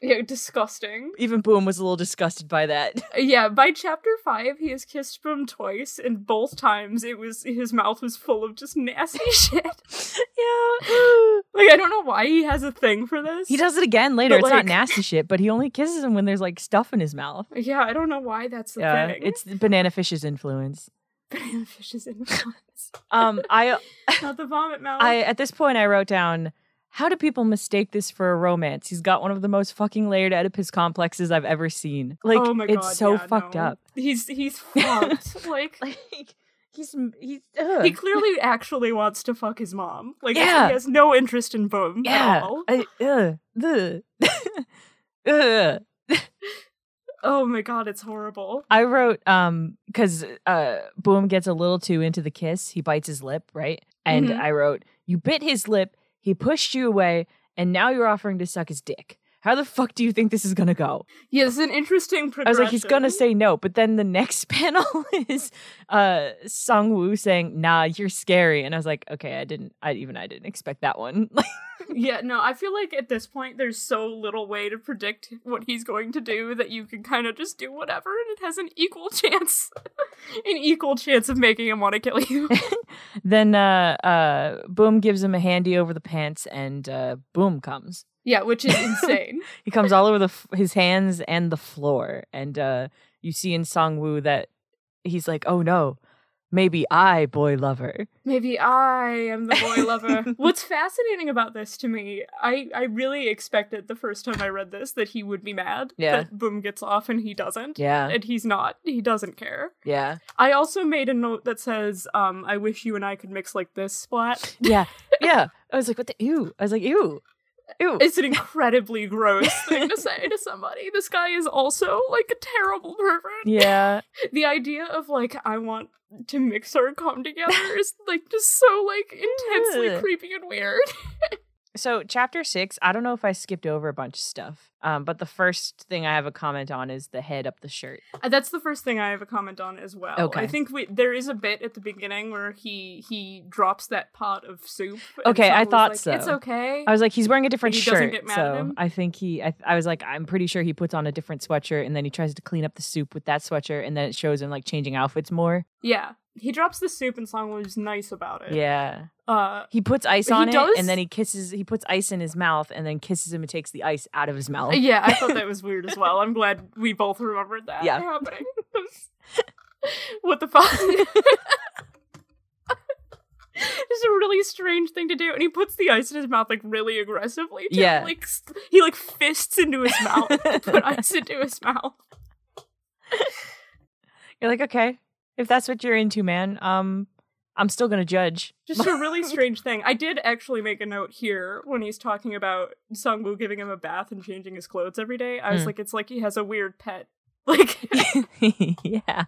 Speaker 2: Yeah, disgusting.
Speaker 3: Even Boom was a little disgusted by that.
Speaker 2: Yeah, by chapter five, he has kissed him twice, and both times it was his mouth was full of just nasty shit.
Speaker 3: yeah.
Speaker 2: Like I don't know why he has a thing for this.
Speaker 3: He does it again later.
Speaker 2: But,
Speaker 3: it's
Speaker 2: like-
Speaker 3: not nasty shit, but he only kisses him when there's like stuff in his mouth.
Speaker 2: Yeah, I don't know why that's the
Speaker 3: Yeah,
Speaker 2: thing.
Speaker 3: it's the banana fish's influence.
Speaker 2: banana fish is in influence,
Speaker 3: Um, I,
Speaker 2: not the vomit mouth.
Speaker 3: I at this point I wrote down. How do people mistake this for a romance? He's got one of the most fucking layered Oedipus complexes I've ever seen. Like,
Speaker 2: oh my god,
Speaker 3: it's so
Speaker 2: yeah,
Speaker 3: fucked
Speaker 2: no.
Speaker 3: up.
Speaker 2: He's he's fucked. like
Speaker 3: Like, he's he's ugh.
Speaker 2: he clearly actually wants to fuck his mom. Like
Speaker 3: Yeah.
Speaker 2: he has no interest in Boom at
Speaker 3: yeah.
Speaker 2: all.
Speaker 3: I, ugh, ugh. Ugh.
Speaker 2: Oh my god, it's horrible.
Speaker 3: I wrote um because uh Boom gets a little too into the kiss. He bites his lip, right? And
Speaker 2: Mhm.
Speaker 3: I wrote, "You bit his lip. He pushed you away, and now you're offering to suck his dick. How the fuck do you think this is gonna go?"
Speaker 2: Yeah, it's an interesting progression.
Speaker 3: I was like, "He's gonna say no," but then the next panel is uh Sung Woo saying, "Nah, you're scary," and I was like, "Okay, I didn't. I even I didn't expect that one." Like,
Speaker 2: Yeah, no, I feel like at this point there's so little way to predict what he's going to do that you can kind of just do whatever and it has an equal chance. an equal chance of making him want to kill you.
Speaker 3: then uh uh Boom gives him a handy over the pants, and uh Boom comes.
Speaker 2: yeah, which is insane.
Speaker 3: He comes all over the f- his hands and the floor, and uh, you see in Songwoo that he's like, "Oh no, maybe I boy lover."
Speaker 2: Maybe I am the boy lover. What's fascinating about this to me, I, I really expected the first time I read this that he would be mad
Speaker 3: Yeah.
Speaker 2: that Boom gets off and he doesn't.
Speaker 3: Yeah,
Speaker 2: And he's not. He doesn't care.
Speaker 3: yeah,
Speaker 2: I also made a note that says, um, I wish you and I could mix like this splat.
Speaker 3: yeah, yeah. I was like, "What the ew?" I was like, "Ew, ew."
Speaker 2: It's an incredibly gross thing to say to somebody. This guy is also like a terrible pervert.
Speaker 3: yeah,
Speaker 2: The idea of like I want to mix our cum together is like just so like intensely
Speaker 3: Ugh.
Speaker 2: creepy and weird.
Speaker 3: So, chapter six, I don't know if I skipped over a bunch of stuff, um, but the first thing I have a comment on is the head up the shirt.
Speaker 2: Uh, That's the first thing I have a comment on as well.
Speaker 3: Okay.
Speaker 2: I think we, there is a bit at the beginning where he he drops that pot of soup. and
Speaker 3: Okay,
Speaker 2: someone
Speaker 3: I
Speaker 2: was
Speaker 3: thought
Speaker 2: like,
Speaker 3: so.
Speaker 2: It's okay.
Speaker 3: I was like, he's wearing a different
Speaker 2: He doesn't
Speaker 3: shirt.
Speaker 2: get mad at
Speaker 3: so,
Speaker 2: him?
Speaker 3: I think he, I, I was like, I'm pretty sure he puts on a different sweatshirt and then he tries to clean up the soup with that sweatshirt and then it shows him like changing outfits more.
Speaker 2: yeah. he drops the soup and Song was nice about it.
Speaker 3: Yeah.
Speaker 2: Uh,
Speaker 3: He puts ice
Speaker 2: He
Speaker 3: on
Speaker 2: does-
Speaker 3: it and then he kisses he puts ice in his mouth and then kisses him and takes the ice out of his mouth.
Speaker 2: yeah, I thought that was weird as well. I'm glad we both remembered that
Speaker 3: Yeah.
Speaker 2: happening. what the fuck? It's a really strange thing to do, and he puts the ice in his mouth like really aggressively. too.
Speaker 3: Yeah.
Speaker 2: like s- he like fists into his mouth, to put ice into his mouth.
Speaker 3: You're like, okay, if that's what you're into, man, um, I'm still gonna judge.
Speaker 2: Just a really strange thing. I did actually make a note here when he's talking about Sungwoo giving him a bath and changing his clothes every day. I was
Speaker 3: Mm.
Speaker 2: like, it's like he has a weird pet. Like
Speaker 3: yeah,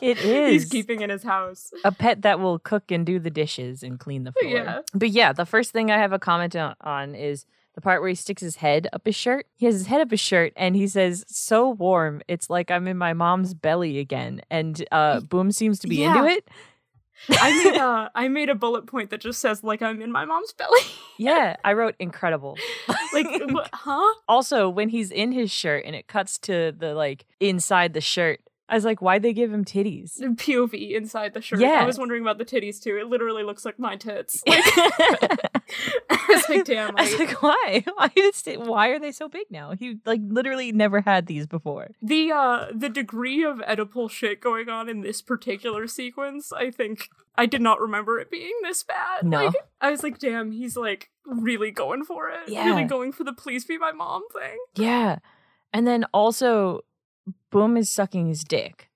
Speaker 3: it is
Speaker 2: he's keeping in his house.
Speaker 3: a pet that will cook and do the dishes and clean the floor.
Speaker 2: Yeah.
Speaker 3: But yeah, the first thing I have a comment on, on is the part where he sticks his head up his shirt. He has his head up his shirt and he says, "So warm, it's like I'm in my mom's belly again." And uh, Boom seems to be into
Speaker 2: Yeah.
Speaker 3: it.
Speaker 2: I made a I made a bullet point that just says like I'm in my mom's belly.
Speaker 3: Yeah, I wrote incredible.
Speaker 2: like what, huh?
Speaker 3: also when he's in his shirt and it cuts to the like inside the shirt i was like why'd they give him titties
Speaker 2: The POV inside the shirt.
Speaker 3: Yeah.
Speaker 2: I was wondering about the titties too. It literally looks like my tits. Like, I was like, damn.
Speaker 3: I was
Speaker 2: right.
Speaker 3: like, why? Why did it, Why are they so big now? He like literally never had these before.
Speaker 2: the uh the degree of Oedipal shit going on in this particular sequence, I think I did not remember it being this bad.
Speaker 3: No.
Speaker 2: Like, I was like, damn, he's like really going for it.
Speaker 3: Yeah.
Speaker 2: Really going for the please be my mom thing.
Speaker 3: Yeah, and then also, Boom is sucking his dick,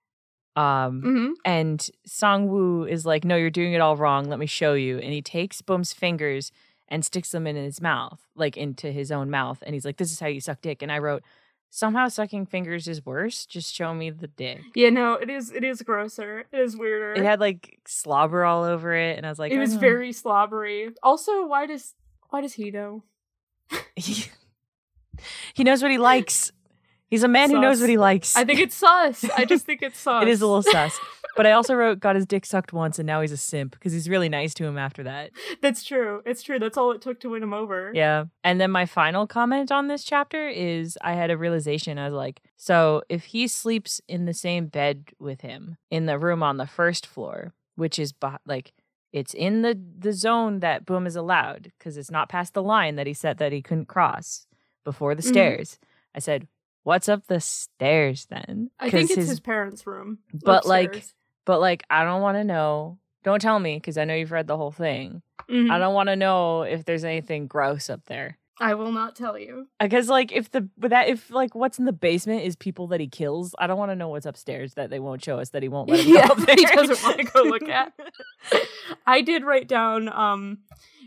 Speaker 3: um,
Speaker 2: Mm-hmm.
Speaker 3: and Songwoo is like, "No, you're doing it all wrong. Let me show you." And he takes Boom's fingers and sticks them in his mouth, like into his own mouth, and he's like, "This is how you suck dick." And I wrote, "Somehow sucking fingers is worse. Just show me the dick."
Speaker 2: Yeah, no, it is it is grosser. It is weirder.
Speaker 3: It had like slobber all over it, and I was like, "Oh."
Speaker 2: it
Speaker 3: "I
Speaker 2: was
Speaker 3: don't-
Speaker 2: very slobbery. Also, why does why does he know?
Speaker 3: he knows what he likes. He's a man who knows
Speaker 2: Sus.
Speaker 3: what he likes.
Speaker 2: I think it's sus. I just think it's sus.
Speaker 3: it is a little sus. But I also wrote, "Got his dick sucked once, and now he's a simp because he's really nice to him after that."
Speaker 2: That's true. It's true. That's all it took to win him over.
Speaker 3: Yeah. And then my final comment on this chapter is I had a realization. I was like, so if he sleeps in the same bed with him in the room on the first floor, which is beh- like, it's in the, the zone that Boom is allowed because it's not past the line that he said that he couldn't cross before the
Speaker 2: Mhm.
Speaker 3: stairs. I said, what's up the stairs then?
Speaker 2: I think
Speaker 3: 'Cause
Speaker 2: it's his, parents' room.
Speaker 3: But, like,
Speaker 2: upstairs.
Speaker 3: but like, I don't want to know. Don't tell me because I know you've read the whole thing.
Speaker 2: Mhm.
Speaker 3: I don't want to know if there's anything gross up there.
Speaker 2: I will not tell you.
Speaker 3: Because like if the but that if like what's in the basement is people that he kills, I don't want to know what's upstairs that they won't show us that he won't let him
Speaker 2: Yeah,
Speaker 3: go up
Speaker 2: that he
Speaker 3: there.
Speaker 2: doesn't wanna go look at. I did write down. Um,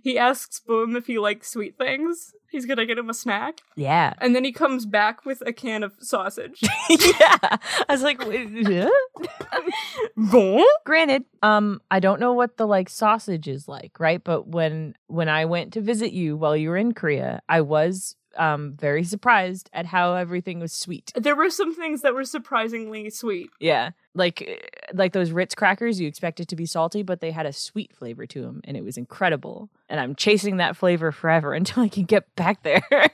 Speaker 2: he asks Boom if he likes sweet things. He's gonna get him a snack,
Speaker 3: yeah,
Speaker 2: and then he comes back with a can of sausage.
Speaker 3: yeah. I was like, "Wait, huh?"
Speaker 2: Boom.
Speaker 3: granted, um, I don't know what the like sausage is like, right? But when when I went to visit you while you were in Korea, I was um very surprised at how everything was sweet.
Speaker 2: There were some things that were surprisingly sweet.
Speaker 3: Yeah. Like eh, like those Ritz crackers, you expect it to be salty, but they had a sweet flavor to them and it was incredible. And I'm chasing that flavor forever until I can get back there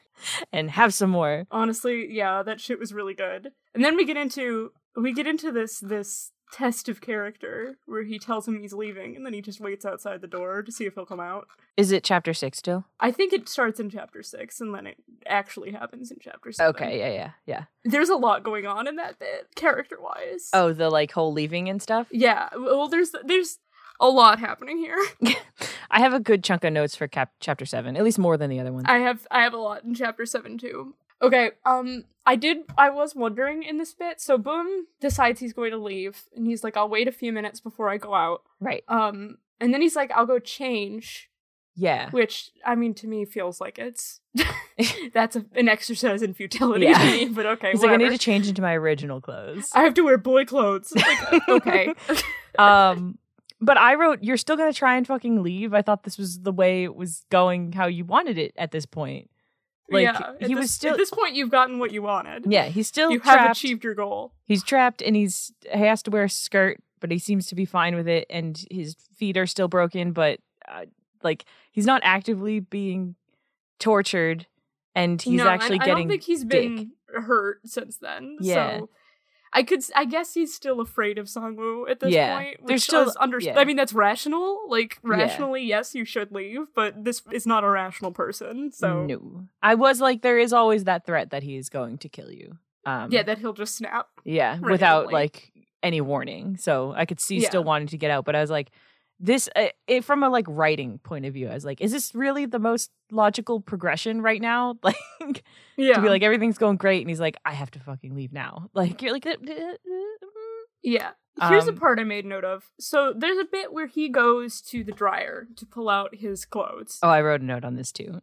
Speaker 3: and have some more.
Speaker 2: honestly yeah that shit was really good and then we get into we get into this this test of character where he tells him he's leaving and then he just waits outside the door to see if he'll come out
Speaker 3: Is it chapter 6 still?
Speaker 2: i think it starts in chapter six and then it actually happens in chapter seven
Speaker 3: Okay, yeah, yeah, yeah.
Speaker 2: there's a lot going on in that bit character wise
Speaker 3: Oh, the like whole leaving and stuff.
Speaker 2: yeah well there's there's a lot happening here
Speaker 3: I have a good chunk of notes for cap- chapter 7, at least more than the other ones.
Speaker 2: I have I have a lot in chapter seven too. Okay, um I did I was wondering in this bit, so Boom decides he's going to leave and he's like, I'll wait a few minutes before I go out.
Speaker 3: right.
Speaker 2: Um and then he's like, I'll go change,
Speaker 3: Yeah.
Speaker 2: which I mean to me feels like it's that's a, an exercise in futility
Speaker 3: Yeah.
Speaker 2: to me, but okay,
Speaker 3: He's like I
Speaker 2: whatever.
Speaker 3: need to change into my original clothes.
Speaker 2: I have to wear boy clothes. Like, okay.
Speaker 3: um but i wrote you're still gonna try and fucking leave i thought this was the way it was going how you wanted it at this point like
Speaker 2: yeah, at
Speaker 3: he
Speaker 2: this-
Speaker 3: was still
Speaker 2: at this point you've gotten what you wanted.
Speaker 3: yeah he's still
Speaker 2: You
Speaker 3: trapped
Speaker 2: have achieved your goal.
Speaker 3: he's trapped and he's he has to wear a skirt but he seems to be fine with it and his feet are still broken but uh, like he's not actively being tortured and he's
Speaker 2: no, and
Speaker 3: actually
Speaker 2: I
Speaker 3: getting
Speaker 2: don't think he's been hurt since then.
Speaker 3: Yeah.
Speaker 2: So I could, I guess he's still afraid of Sangwoo at this
Speaker 3: Yeah.
Speaker 2: point.
Speaker 3: There's
Speaker 2: Which
Speaker 3: still-
Speaker 2: is under-
Speaker 3: yeah.
Speaker 2: I mean, that's rational. Like
Speaker 3: Yeah.
Speaker 2: rationally, yes, you should leave, but this is not a rational person. So
Speaker 3: no, I was like, there is always that threat that he's going to kill you. Um,
Speaker 2: yeah, that he'll just snap.
Speaker 3: yeah, without
Speaker 2: randomly.
Speaker 3: like any warning. So I could see
Speaker 2: Yeah.
Speaker 3: still wanting to get out, but I was like, this uh, it, from a like writing point of view, I was like, is this really the most logical progression right now? Like
Speaker 2: Yeah,
Speaker 3: to be like everything's going great, and he's like, I have to fucking leave now. Like you're like, "Uh, uh, uh, mm."
Speaker 2: Yeah. Here's a
Speaker 3: Um,
Speaker 2: part I made note of. So there's a bit where he goes to the dryer to pull out his clothes.
Speaker 3: oh, I wrote a note on this too.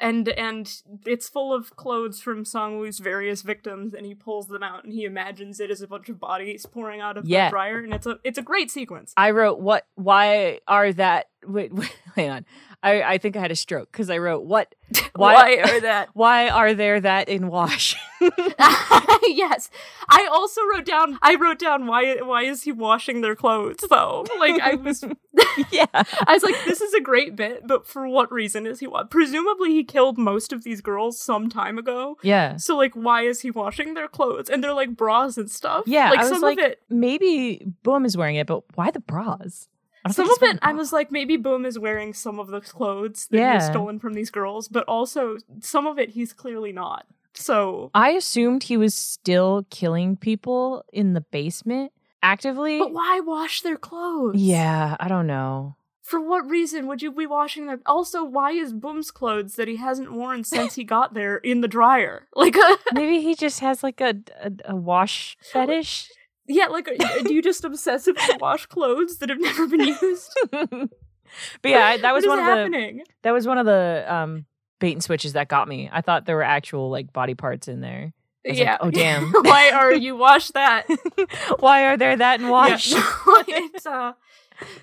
Speaker 2: And and it's full of clothes from Songwoo's various victims and he pulls them out and he imagines it as a bunch of bodies pouring out of
Speaker 3: Yeah.
Speaker 2: the dryer and it's a it's a great sequence.
Speaker 3: I wrote what? Why are that? Wait, wait hang on. I I think I had a stroke because I wrote what? Why-
Speaker 2: are that?
Speaker 3: Why are there that in wash?
Speaker 2: yes. I also wrote down I wrote down why why is he washing their clothes though? Like I was
Speaker 3: yeah.
Speaker 2: I was like, this is a great bit, but for what reason is he wa- presumably he killed most of these girls some time ago.
Speaker 3: Yeah.
Speaker 2: So like why is he washing their clothes? And they're like bras and stuff.
Speaker 3: Yeah,
Speaker 2: Like
Speaker 3: I was
Speaker 2: some
Speaker 3: like,
Speaker 2: of it
Speaker 3: maybe Boom is wearing it, but why the bras? I don't
Speaker 2: some of
Speaker 3: think he's
Speaker 2: it
Speaker 3: wearing
Speaker 2: I
Speaker 3: bras.
Speaker 2: was like, maybe Boom is wearing some of the clothes that
Speaker 3: Yeah.
Speaker 2: he's stolen from these girls, but also some of it he's clearly not. So
Speaker 3: I assumed he was still killing people in the basement actively.
Speaker 2: But why wash their clothes?
Speaker 3: Yeah, I don't know.
Speaker 2: For what reason would you be washing their also why is Boom's clothes that he hasn't worn since he got there in the dryer? Like
Speaker 3: Maybe he just has like a a, a wash fetish.
Speaker 2: Yeah, like, uh, do you just obsessively wash clothes that have never been used?
Speaker 3: but yeah, I- that was
Speaker 2: what
Speaker 3: one
Speaker 2: is
Speaker 3: of the
Speaker 2: happening.
Speaker 3: that was one of the um bait and switches that got me. I thought there were actual like body parts in there. I was like,
Speaker 2: yeah.
Speaker 3: "Oh, damn."
Speaker 2: Why are you wash that?
Speaker 3: Why are there that in wash?
Speaker 2: Yeah. it's uh,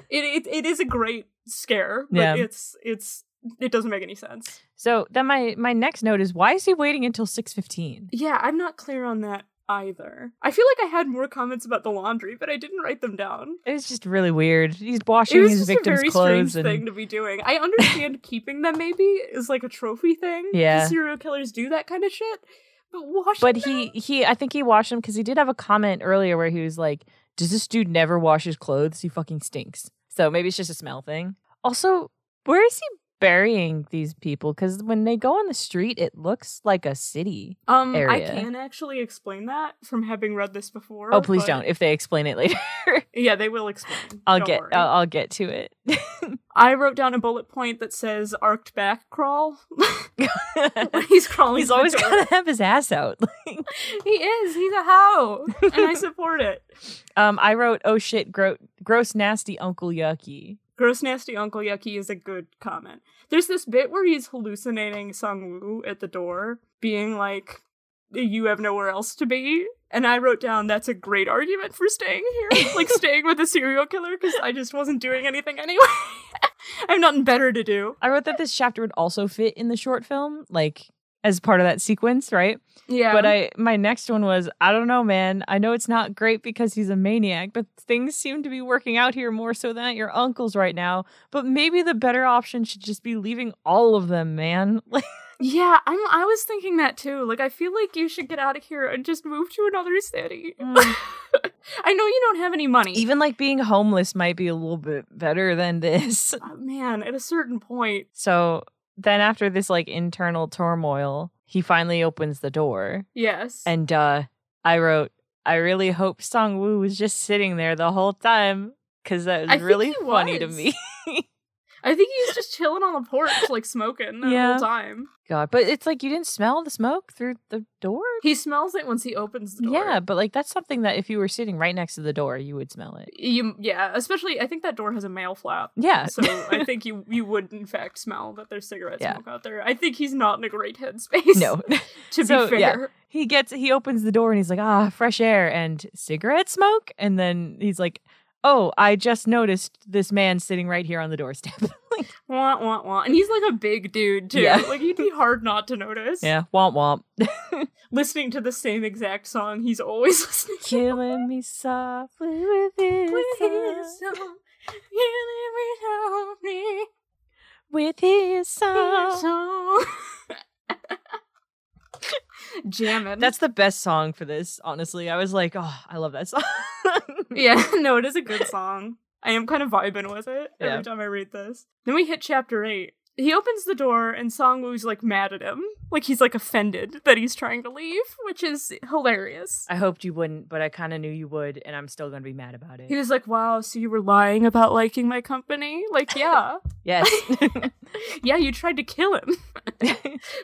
Speaker 2: it, it it is a great scare, but
Speaker 3: Yeah.
Speaker 2: it's it's it doesn't make any sense.
Speaker 3: So then my my next note is why is he waiting until six fifteen?
Speaker 2: Yeah, I'm not clear on that either. I feel like I had more comments about the laundry, but I didn't write them down.
Speaker 3: It was just really weird. He's washing
Speaker 2: It was
Speaker 3: his
Speaker 2: just a
Speaker 3: victims'
Speaker 2: very
Speaker 3: clothes
Speaker 2: strange
Speaker 3: and
Speaker 2: thing to be doing. I understand keeping them maybe is like a trophy thing. 'cause
Speaker 3: Yeah.
Speaker 2: serial killers do that kind of shit. But washing
Speaker 3: but
Speaker 2: them?
Speaker 3: he he I think he washed them because he did have a comment earlier where he was like, "Does this dude never wash his clothes? He fucking stinks." So maybe it's just a smell thing. Also, where is he burying these people? Because when they go on the street, it looks like a city.
Speaker 2: Um, I
Speaker 3: area.
Speaker 2: can actually explain that from having read this before.
Speaker 3: Oh, please
Speaker 2: but-
Speaker 3: don't. If they explain it later,
Speaker 2: Yeah, they will explain.
Speaker 3: I'll
Speaker 2: Don't
Speaker 3: get
Speaker 2: worry.
Speaker 3: I'll, I'll get to it.
Speaker 2: I wrote down a bullet point that says "arced back crawl." when he's crawling,
Speaker 3: He's
Speaker 2: to the
Speaker 3: always
Speaker 2: door.
Speaker 3: gotta have his ass out.
Speaker 2: He is. He's a how, and I support it.
Speaker 3: um, I wrote, "Oh shit, gro- gross, nasty, Uncle Yucky."
Speaker 2: Gross, nasty Uncle Yucky is a good comment. There's this bit where he's hallucinating Sung Woo at the door, being like, "You have nowhere else to be." And I wrote down, "That's a great argument for staying here, like staying with a serial killer, because I just wasn't doing anything anyway. I have nothing better to do."
Speaker 3: I wrote that this chapter would also fit in the short film, like as part of that sequence, right?
Speaker 2: Yeah,
Speaker 3: But I my next one was I don't know, man. I know it's not great because he's a maniac, but things seem to be working out here more so than at your uncle's right now. But maybe the better option should just be leaving all of them, man. Like
Speaker 2: yeah, I'm. I was thinking that too. Like, I feel like you should get out of here and just move to another city. I know you don't have any money.
Speaker 3: even like being homeless might be a little bit better than this.
Speaker 2: Oh, man, at a certain point,
Speaker 3: So then after this like internal turmoil, he finally opens the door
Speaker 2: yes.
Speaker 3: And uh, I wrote, I really hope Song Woo was just sitting there the whole time because that was
Speaker 2: I think
Speaker 3: really
Speaker 2: he
Speaker 3: funny to
Speaker 2: was.
Speaker 3: me.
Speaker 2: I think he's just chilling on the porch, like smoking the
Speaker 3: Yeah.
Speaker 2: whole time.
Speaker 3: God, but it's like you didn't smell the smoke through the door.
Speaker 2: He smells it once he opens the door.
Speaker 3: Yeah, but like that's something that if you were sitting right next to the door, you would smell it.
Speaker 2: You, yeah, especially I think that door has a mail flap.
Speaker 3: Yeah.
Speaker 2: So I think you you would in fact smell that there's cigarette
Speaker 3: Yeah.
Speaker 2: smoke out there. I think he's not in a great headspace.
Speaker 3: no.
Speaker 2: to
Speaker 3: So,
Speaker 2: be fair.
Speaker 3: yeah. He gets he opens the door and he's like, "Ah, fresh air and cigarette smoke." And then he's like, "Oh, I just noticed this man sitting right here on the doorstep." like,
Speaker 2: Wah, wah, wah. And he's like a big dude too.
Speaker 3: Yeah.
Speaker 2: Like he'd be hard not to notice.
Speaker 3: yeah, womp womp.
Speaker 2: Listening to the same exact song he's always listening to.
Speaker 3: Killing me softly with
Speaker 2: Please
Speaker 3: his song.
Speaker 2: don't really without me.
Speaker 3: with his song.
Speaker 2: So- jamming.
Speaker 3: That's the best song for this, honestly. I was like, oh, I love that song.
Speaker 2: yeah, no, it is a good song. I am kind of vibing with it every
Speaker 3: Yeah.
Speaker 2: time I read this. Then we hit chapter eight. He opens the door and Song Woo's like mad at him. Like he's like offended that he's trying to leave, which is hilarious.
Speaker 3: I hoped you wouldn't, but I kind of knew you would, and I'm still going to be mad about it.
Speaker 2: He was like, Wow, so you were lying about liking my company? Like, yeah.
Speaker 3: yes.
Speaker 2: yeah, you tried to kill him.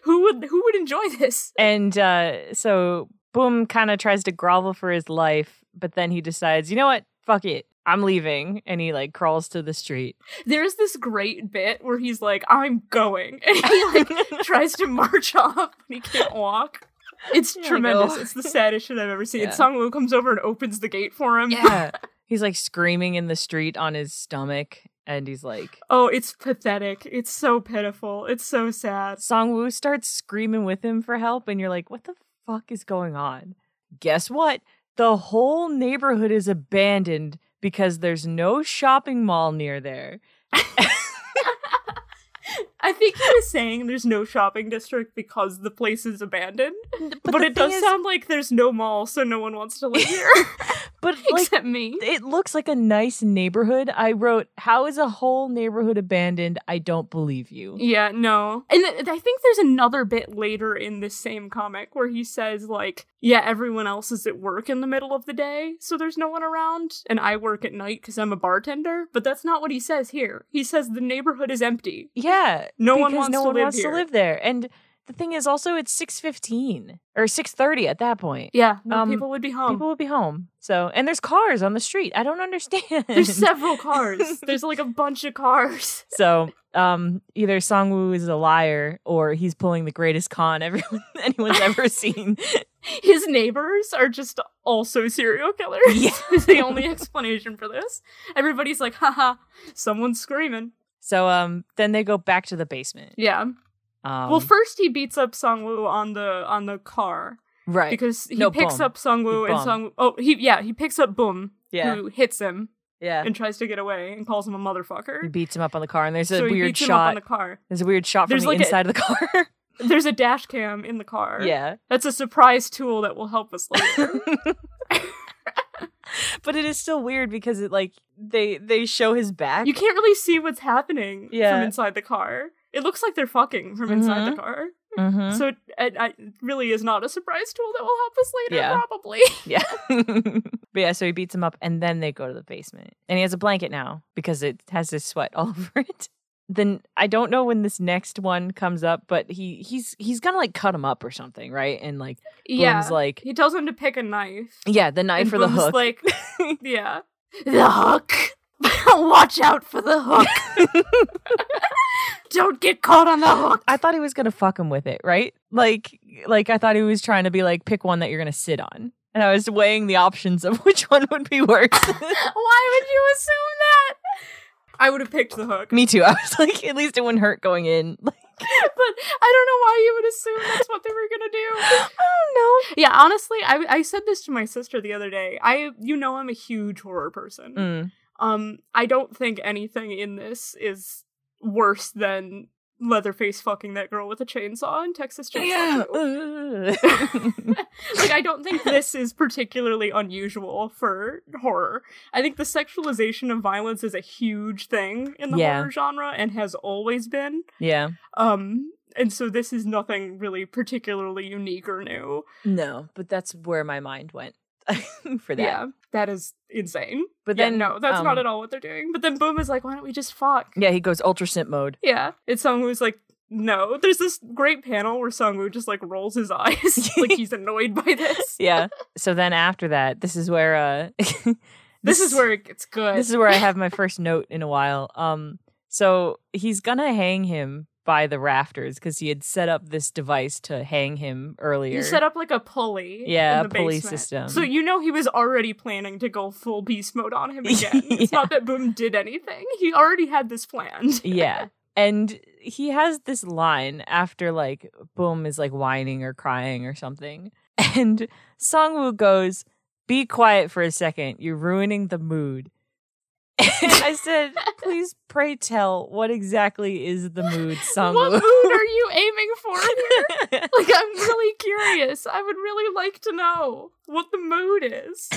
Speaker 2: who would who would enjoy this?
Speaker 3: and uh, so Boom kind of tries to grovel for his life, but then he decides, you know what? Fuck it. I'm leaving. And he like crawls to the street.
Speaker 2: There's this great bit where he's like, I'm going. And he like tries to march off and he can't walk. It's
Speaker 3: Yeah, I
Speaker 2: tremendous.
Speaker 3: know.
Speaker 2: It's the saddest shit I've ever seen.
Speaker 3: Yeah.
Speaker 2: Song Woo comes over and opens the gate for him.
Speaker 3: yeah. He's like screaming in the street on his stomach. And he's like,
Speaker 2: Oh, it's pathetic. It's so pitiful. It's so sad.
Speaker 3: Songwoo starts screaming with him for help, and you're like, what the fuck is going on? Guess what? The whole neighborhood is abandoned because there's no shopping mall near there.
Speaker 2: I think he was saying there's no shopping district because the place is abandoned.
Speaker 3: But,
Speaker 2: But,
Speaker 3: the
Speaker 2: it does
Speaker 3: thing is-
Speaker 2: sound like there's no mall, so no one wants to live here.
Speaker 3: But like,
Speaker 2: Except me.
Speaker 3: it looks like a nice neighborhood. I wrote, "How is a whole neighborhood abandoned? I don't believe you."
Speaker 2: Yeah, no. And th- I think there's another bit later in this same comic where he says, like, yeah, everyone else is at work in the middle of the day, so there's no one around, and I work at night because I'm a bartender. But that's not what he says here. He says the neighborhood is empty.
Speaker 3: Yeah,
Speaker 2: No one
Speaker 3: because
Speaker 2: wants
Speaker 3: no
Speaker 2: to
Speaker 3: one
Speaker 2: live
Speaker 3: wants
Speaker 2: here.
Speaker 3: to live there. And the thing is, also, it's six fifteen or six thirty at that point.
Speaker 2: Yeah, no
Speaker 3: Um,
Speaker 2: people would be home.
Speaker 3: People will be home. So, and there's cars on the street. I don't understand.
Speaker 2: There's several cars. there's like a bunch of cars.
Speaker 3: so, um, either Songwoo is a liar or he's pulling the greatest con everyone anyone's ever seen.
Speaker 2: His neighbors are just also serial killers.
Speaker 3: Yeah.
Speaker 2: is the only explanation for this. Everybody's like, haha, someone's screaming.
Speaker 3: So, um, then they go back to the basement.
Speaker 2: Yeah.
Speaker 3: Um,
Speaker 2: well, first he beats up Songwoo on the on the car
Speaker 3: right?
Speaker 2: because he
Speaker 3: No,
Speaker 2: picks
Speaker 3: Bum.
Speaker 2: up Songwoo
Speaker 3: He
Speaker 2: and Song. Oh, he yeah, he picks up Boom,
Speaker 3: yeah,
Speaker 2: who hits him
Speaker 3: yeah.
Speaker 2: and tries to get away and calls him a
Speaker 3: He
Speaker 2: motherfucker.
Speaker 3: beats him up on the car, and there's a
Speaker 2: so he
Speaker 3: weird
Speaker 2: beats him up
Speaker 3: shot.
Speaker 2: on the car.
Speaker 3: There's a weird shot from
Speaker 2: There's
Speaker 3: the
Speaker 2: like a-
Speaker 3: inside of the car.
Speaker 2: There's a dash cam in the car.
Speaker 3: yeah.
Speaker 2: that's a surprise tool that will help us later.
Speaker 3: But it is still weird because it like they they show his back.
Speaker 2: you can't really see what's happening
Speaker 3: Yeah. Mm-hmm.
Speaker 2: from inside the car. It looks like they're fucking from inside the car.
Speaker 3: Mhm.
Speaker 2: So it, it, it really is not a surprise tool that will help us later,
Speaker 3: Yeah.
Speaker 2: probably.
Speaker 3: Yeah. but yeah, so he beats him up and then they go to the basement. And he has a blanket now because it has his sweat all over it. Then I don't know when this next one comes up, but he he's he's gonna like cut him up or something, right? And like Bloom's like
Speaker 2: He tells him to pick a knife.
Speaker 3: Yeah, the knife
Speaker 2: and
Speaker 3: for the
Speaker 2: Boom's
Speaker 3: hook.
Speaker 2: Like, yeah, the hook. Watch out for the hook. Don't get caught on the hook.
Speaker 3: I thought he was gonna fuck him with it, right? Like, like I thought he was trying to be like, pick one that you're gonna sit on, and I was weighing the options of which one would be worse.
Speaker 2: Why would you assume that? I would have picked the hook,
Speaker 3: Me too. I was like, at least it wouldn't hurt going in. Like,
Speaker 2: but I don't know why you would assume that's what they were gonna do.
Speaker 3: I don't
Speaker 2: Yeah, honestly, I I said this to my sister the other day. I you know I'm a huge horror person.
Speaker 3: know. Mm.
Speaker 2: Um, I don't think anything in this is worse than Leatherface fucking that girl with a chainsaw in Texas Chainsaw. Two.
Speaker 3: Ugh.
Speaker 2: like I don't think this is particularly unusual for horror. I think the sexualization of violence is a huge thing in the
Speaker 3: Yeah.
Speaker 2: horror genre and has always been.
Speaker 3: yeah.
Speaker 2: Um and so this is nothing really particularly unique or new.
Speaker 3: No, but that's where my mind went for that.
Speaker 2: Yeah. That is insane.
Speaker 3: But
Speaker 2: But then
Speaker 3: then
Speaker 2: no, that's
Speaker 3: um,
Speaker 2: not at all what they're doing. But then Boom is like, why don't we just fuck?
Speaker 3: Yeah, he goes ultra simp mode.
Speaker 2: Yeah. It's someone who's like no, there's this great panel where Songwoo just like rolls his eyes, like he's annoyed by this.
Speaker 3: Yeah. so then after that, this is where uh,
Speaker 2: This is where it gets good.
Speaker 3: this is where I have my first note in a while. Um, so he's gonna hang him by the rafters because he had set up this device to hang him earlier.
Speaker 2: He set up like a pulley.
Speaker 3: Yeah,
Speaker 2: in
Speaker 3: a
Speaker 2: the
Speaker 3: pulley
Speaker 2: basement.
Speaker 3: system.
Speaker 2: So you know he was already planning to go full beast mode on him again. It's
Speaker 3: Yeah.
Speaker 2: not that Boom did anything. He already had this planned.
Speaker 3: yeah, and he has this line after like Boom is like whining or crying or something, and Songwoo goes, "Be quiet for a second. You're ruining the mood." And I said, please pray tell, what exactly is the mood song?
Speaker 2: What mood are you aiming for here? Like, I'm really curious. I would really like to know what the mood is.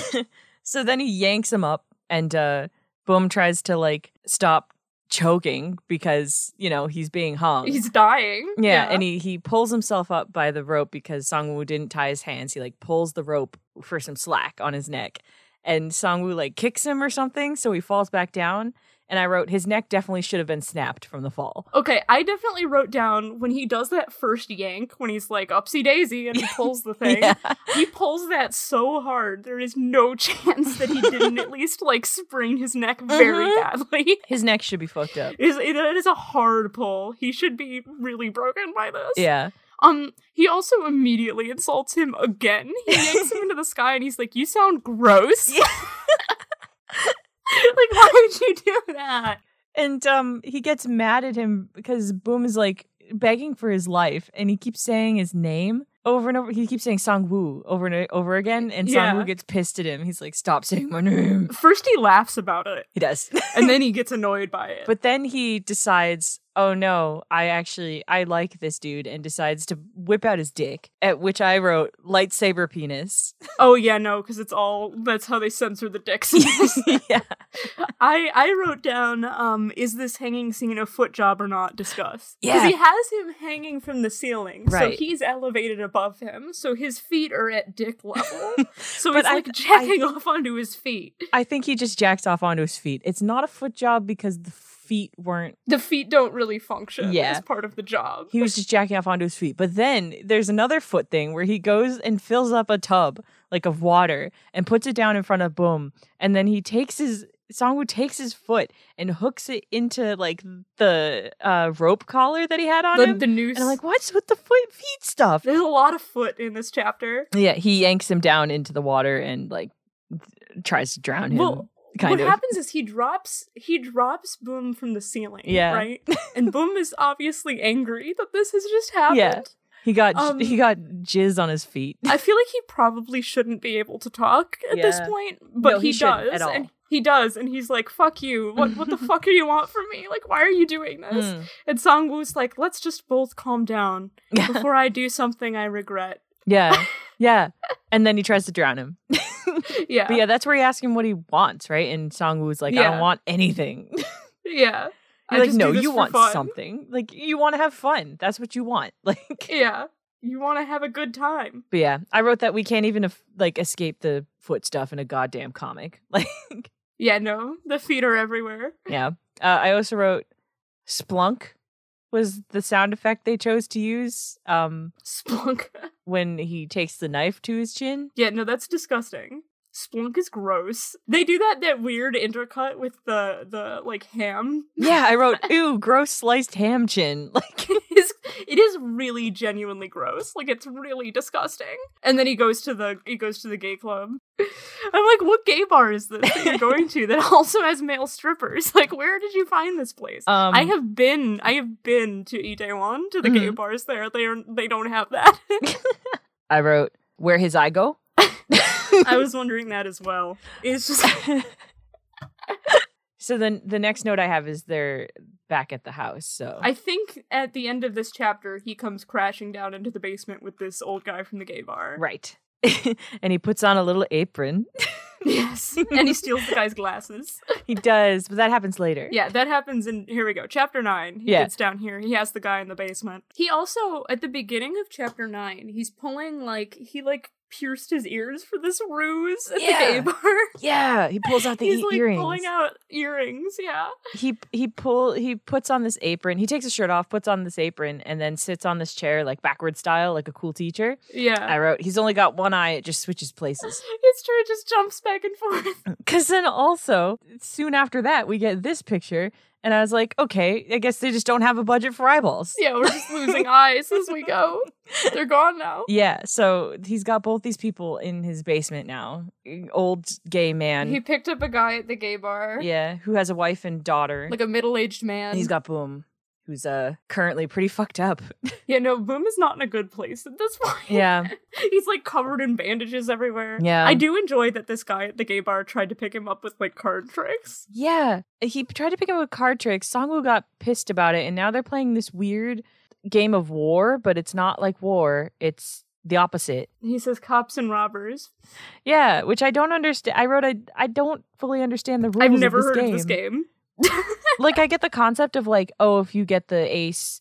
Speaker 3: so then he yanks him up and uh Boom tries to like stop choking because, you know, he's being hung.
Speaker 2: He's dying.
Speaker 3: yeah, and he, he pulls himself up by the rope because Songwoo didn't tie his hands. He like pulls the rope for some slack on his neck. And Songwoo like kicks him or something, so he falls back down. And I wrote, his neck definitely should have been snapped from the fall.
Speaker 2: Okay, I definitely wrote down when he does that first yank, when he's like upsy daisy and he pulls the thing.
Speaker 3: Yeah.
Speaker 2: He pulls that so hard, there is no chance that he didn't at least like sprain his neck very
Speaker 3: Mm-hmm.
Speaker 2: badly.
Speaker 3: His neck should be fucked up.
Speaker 2: It is, it is a hard pull. He should be really broken by this.
Speaker 3: Yeah.
Speaker 2: Um, he also immediately insults him again. He yanks him into the sky and he's like, You sound gross.
Speaker 3: Yeah.
Speaker 2: like, why would you do that?
Speaker 3: And um he gets mad at him because Boom is like begging for his life and he keeps saying his name over and over. He keeps saying Song Woo over and over again and
Speaker 2: Yeah.
Speaker 3: Song Woo gets pissed at him. He's like, Stop saying my name.
Speaker 2: First he laughs about it,
Speaker 3: He does.
Speaker 2: and then he gets annoyed by it.
Speaker 3: but then he decides, oh no, I actually I like this dude and decides to whip out his dick, at which I wrote lightsaber penis.
Speaker 2: Oh yeah, no, because it's all that's how they censor the dicks.
Speaker 3: yeah.
Speaker 2: I I wrote down um is this hanging scene a foot job or not? Discuss.
Speaker 3: Yeah.
Speaker 2: he has him hanging from the ceiling, so
Speaker 3: Right.
Speaker 2: he's elevated above him, so his feet are at dick level. so he's
Speaker 3: But I-
Speaker 2: like jacking off onto his feet.
Speaker 3: I think he just jacks off onto his feet. It's not a foot job because the feet weren't
Speaker 2: The feet don't really function
Speaker 3: Yeah.
Speaker 2: as part of the job.
Speaker 3: he was just jacking off onto his feet. But then there's another foot thing where he goes and fills up a tub like of water and puts it down in front of Boom, and then he takes his Songwoo takes his foot and hooks it into like the uh, rope collar that he had on
Speaker 2: the,
Speaker 3: him.
Speaker 2: the noose.
Speaker 3: and I'm like, what's with the foot feet stuff?
Speaker 2: there's a lot of foot in this chapter.
Speaker 3: Yeah, he yanks him down into the water and like tries to drown him.
Speaker 2: Well,
Speaker 3: kind
Speaker 2: what
Speaker 3: of.
Speaker 2: happens is he drops he drops Boom from the ceiling.
Speaker 3: Yeah.
Speaker 2: Right? and Boom is obviously angry that this has just happened.
Speaker 3: Yeah. he got j-
Speaker 2: um,
Speaker 3: he got jizz on his feet.
Speaker 2: I feel like he probably shouldn't be able to talk at this
Speaker 3: Yeah.
Speaker 2: point, but
Speaker 3: No,
Speaker 2: he,
Speaker 3: he
Speaker 2: does.
Speaker 3: shouldn't at all.
Speaker 2: And he does, and he's like, fuck you. What what the fuck do you want from me? Like, why are you doing this?
Speaker 3: Mm.
Speaker 2: And Songwoo's like, let's just both calm down before I do something I regret.
Speaker 3: Mm. yeah, yeah. And then he tries to drown him.
Speaker 2: Yeah.
Speaker 3: But yeah, that's where he asks him what he wants, right? And Song Woo's like, I
Speaker 2: Yeah.
Speaker 3: don't want anything.
Speaker 2: Yeah. I
Speaker 3: You're like,
Speaker 2: just do
Speaker 3: no,
Speaker 2: this
Speaker 3: you
Speaker 2: for
Speaker 3: want
Speaker 2: fun."
Speaker 3: something. Like, you want to have fun. That's what you want. Like,
Speaker 2: Yeah. You want to have a good time.
Speaker 3: but yeah, I wrote that we can't even af- like escape the foot stuff in a goddamn comic. Like,
Speaker 2: Yeah, no. The feet are everywhere.
Speaker 3: yeah. Uh, I also wrote splunk was the sound effect they chose to use um,
Speaker 2: Splunk.
Speaker 3: when he takes the knife to his chin.
Speaker 2: Yeah, no, that's disgusting. Splunk is gross. They do that that weird intercut with the the like ham
Speaker 3: Yeah, I wrote, ooh, gross sliced ham chin. Like,
Speaker 2: is it is really genuinely gross. Like it's really disgusting. And then he goes to the he goes to the gay club. I'm like, what gay bar is this that you're going to that also has male strippers? Like, where did you find this place?
Speaker 3: um,
Speaker 2: I have been I have been to Itaewon to the gay
Speaker 3: Mhm.
Speaker 2: bars there. They are they don't have that.
Speaker 3: I wrote, where his eye go?
Speaker 2: I was wondering that as well. It's just
Speaker 3: so then the next note I have is they're back at the house. So
Speaker 2: I think at the end of this chapter he comes crashing down into the basement with this old guy from the gay bar.
Speaker 3: right. and he puts on a little apron.
Speaker 2: Yes. and he steals the guy's glasses.
Speaker 3: He does, but that happens later.
Speaker 2: Yeah, that happens in here we go. Chapter 9. He
Speaker 3: Yeah.
Speaker 2: gets down here. He has the guy in the basement. He also at the beginning of chapter 9, he's pulling like he like pierced his ears for this ruse at the gay
Speaker 3: Yeah.
Speaker 2: bar.
Speaker 3: Yeah, he pulls out the
Speaker 2: he's
Speaker 3: e-
Speaker 2: like
Speaker 3: earrings.
Speaker 2: pulling out earrings, yeah.
Speaker 3: he he pull he puts on this apron. He takes his shirt off, puts on this apron, and then sits on this chair like backward style, like a cool teacher.
Speaker 2: Yeah.
Speaker 3: I wrote, he's only got one eye. It just switches places.
Speaker 2: It's true, it just jumps back and forth.
Speaker 3: Because then also soon after that we get this picture, and I was like, okay, I guess they just don't have a budget for eyeballs.
Speaker 2: Yeah, we're just losing eyes as we go. They're gone now.
Speaker 3: Yeah, so he's got both these people in his basement now. Old gay man.
Speaker 2: He picked up a guy at the gay bar.
Speaker 3: yeah, who has a wife and daughter.
Speaker 2: Like a middle aged man.
Speaker 3: he's got Boom, who's uh currently pretty fucked up.
Speaker 2: Yeah, no, Boom is not in a good place at this point.
Speaker 3: yeah.
Speaker 2: He's like covered in bandages everywhere.
Speaker 3: Yeah.
Speaker 2: I do enjoy that this guy at the gay bar tried to pick him up with like card tricks.
Speaker 3: Yeah. He tried to pick up a card trick. Songwoo got pissed about it, and now they're playing this weird game of war, but it's not like war. It's the opposite.
Speaker 2: He says cops and robbers.
Speaker 3: Yeah, which I don't understand. I wrote I I don't fully understand the rules.
Speaker 2: I've never
Speaker 3: of
Speaker 2: heard of this game.
Speaker 3: like I get the concept of like, oh, if you get the ace,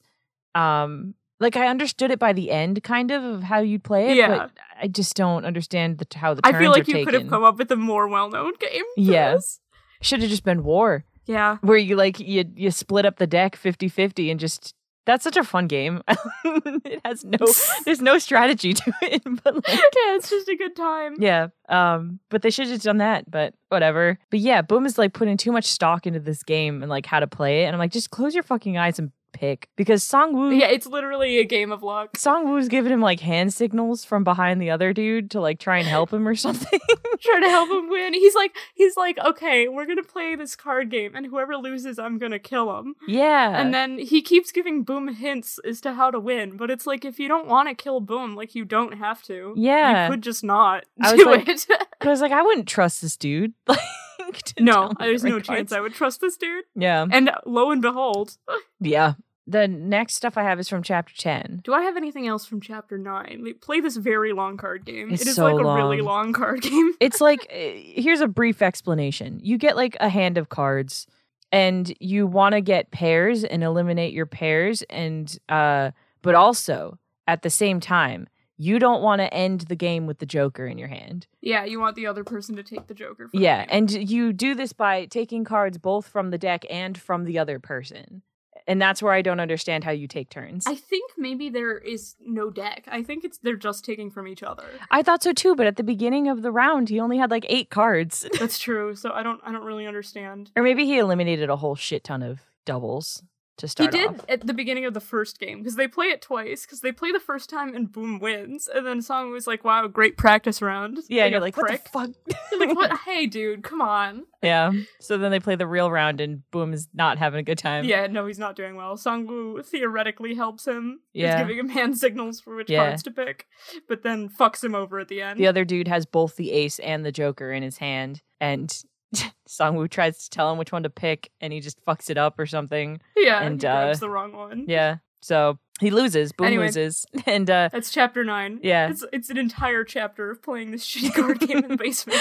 Speaker 3: um, like I understood it by the end, kind of of how you'd play it.
Speaker 2: Yeah.
Speaker 3: but I just don't understand the t- how the
Speaker 2: I
Speaker 3: turns
Speaker 2: feel like
Speaker 3: are
Speaker 2: you could have
Speaker 3: taken.
Speaker 2: come up with a more well known game. for
Speaker 3: Yeah.
Speaker 2: this.
Speaker 3: Should have just been war,
Speaker 2: Yeah.
Speaker 3: where you like you you split up the deck 50-50 and just. That's such a fun game. it has no, there's no strategy to it. But like,
Speaker 2: yeah, it's just a good time.
Speaker 3: Yeah. Um, but they should have just done that, but whatever. But yeah, Boom is like putting too much stock into this game and like how to play it. And I'm like, just close your fucking eyes and pick. Because Song Woo
Speaker 2: Yeah, it's literally a game of luck.
Speaker 3: Song Woo's giving him like hand signals from behind the other dude to like try and help him or something.
Speaker 2: Trying to help him win. He's like, he's like, okay, we're gonna play this card game, and whoever loses, I'm gonna kill him.
Speaker 3: yeah.
Speaker 2: And then he keeps giving Boom hints as to how to win, but it's like if you don't want to kill Boom, like you don't have to.
Speaker 3: Yeah.
Speaker 2: you could just not
Speaker 3: I was
Speaker 2: do
Speaker 3: like-
Speaker 2: it.
Speaker 3: I was like, I wouldn't trust this dude. Like to tell
Speaker 2: no,
Speaker 3: me
Speaker 2: there's
Speaker 3: the
Speaker 2: no
Speaker 3: right
Speaker 2: chance I
Speaker 3: cards.
Speaker 2: would trust this dude.
Speaker 3: Yeah.
Speaker 2: And lo and behold,
Speaker 3: Yeah. The next stuff I have is from chapter ten.
Speaker 2: do I have anything else from Chapter Nine? They play this very long card game.
Speaker 3: It's
Speaker 2: It is
Speaker 3: so
Speaker 2: like a really
Speaker 3: long.
Speaker 2: long card game.
Speaker 3: it's like uh, here's a brief explanation you get like a hand of cards and you want to get pairs and eliminate your pairs and uh but also at the same time you don't want to end the game with the joker in your hand
Speaker 2: Yeah, you want the other person to take the Joker. From
Speaker 3: yeah
Speaker 2: you.
Speaker 3: and you do this by taking cards both from the deck and from the other person and that's where i don't understand how you take turns
Speaker 2: I think maybe there is no deck. I think it's they're just taking from each other.
Speaker 3: I thought so too but at the beginning of the round he only had like 8 cards
Speaker 2: That's true. So I don't I don't really understand.
Speaker 3: or maybe he eliminated a whole shit ton of doubles to
Speaker 2: He
Speaker 3: start
Speaker 2: did
Speaker 3: off.
Speaker 2: at the beginning of the first game because they play it twice because they play the first time and Boom wins and then Song was like, "Wow, great practice round."
Speaker 3: Yeah,
Speaker 2: a
Speaker 3: and you're like,
Speaker 2: prick.
Speaker 3: what the fuck?
Speaker 2: You're like, what? Hey, dude, come on.
Speaker 3: yeah. So then they play the real round, and Boom is not having a good time.
Speaker 2: Yeah, no, he's not doing well. Songwoo theoretically helps him.
Speaker 3: Yeah.
Speaker 2: He's giving him hand signals for which
Speaker 3: Yeah.
Speaker 2: cards to pick, but then fucks him over at the end.
Speaker 3: The other dude has both the ace and the joker in his hand, and Songwoo tries to tell him which one to pick, and he just fucks it up or something.
Speaker 2: yeah,
Speaker 3: and,
Speaker 2: he grabs
Speaker 3: uh,
Speaker 2: the wrong one.
Speaker 3: Yeah. So he loses. Boom
Speaker 2: Anyway.
Speaker 3: loses, and uh,
Speaker 2: That's chapter nine.
Speaker 3: Yeah.
Speaker 2: It's it's an entire chapter of playing this shitty card game in the basement.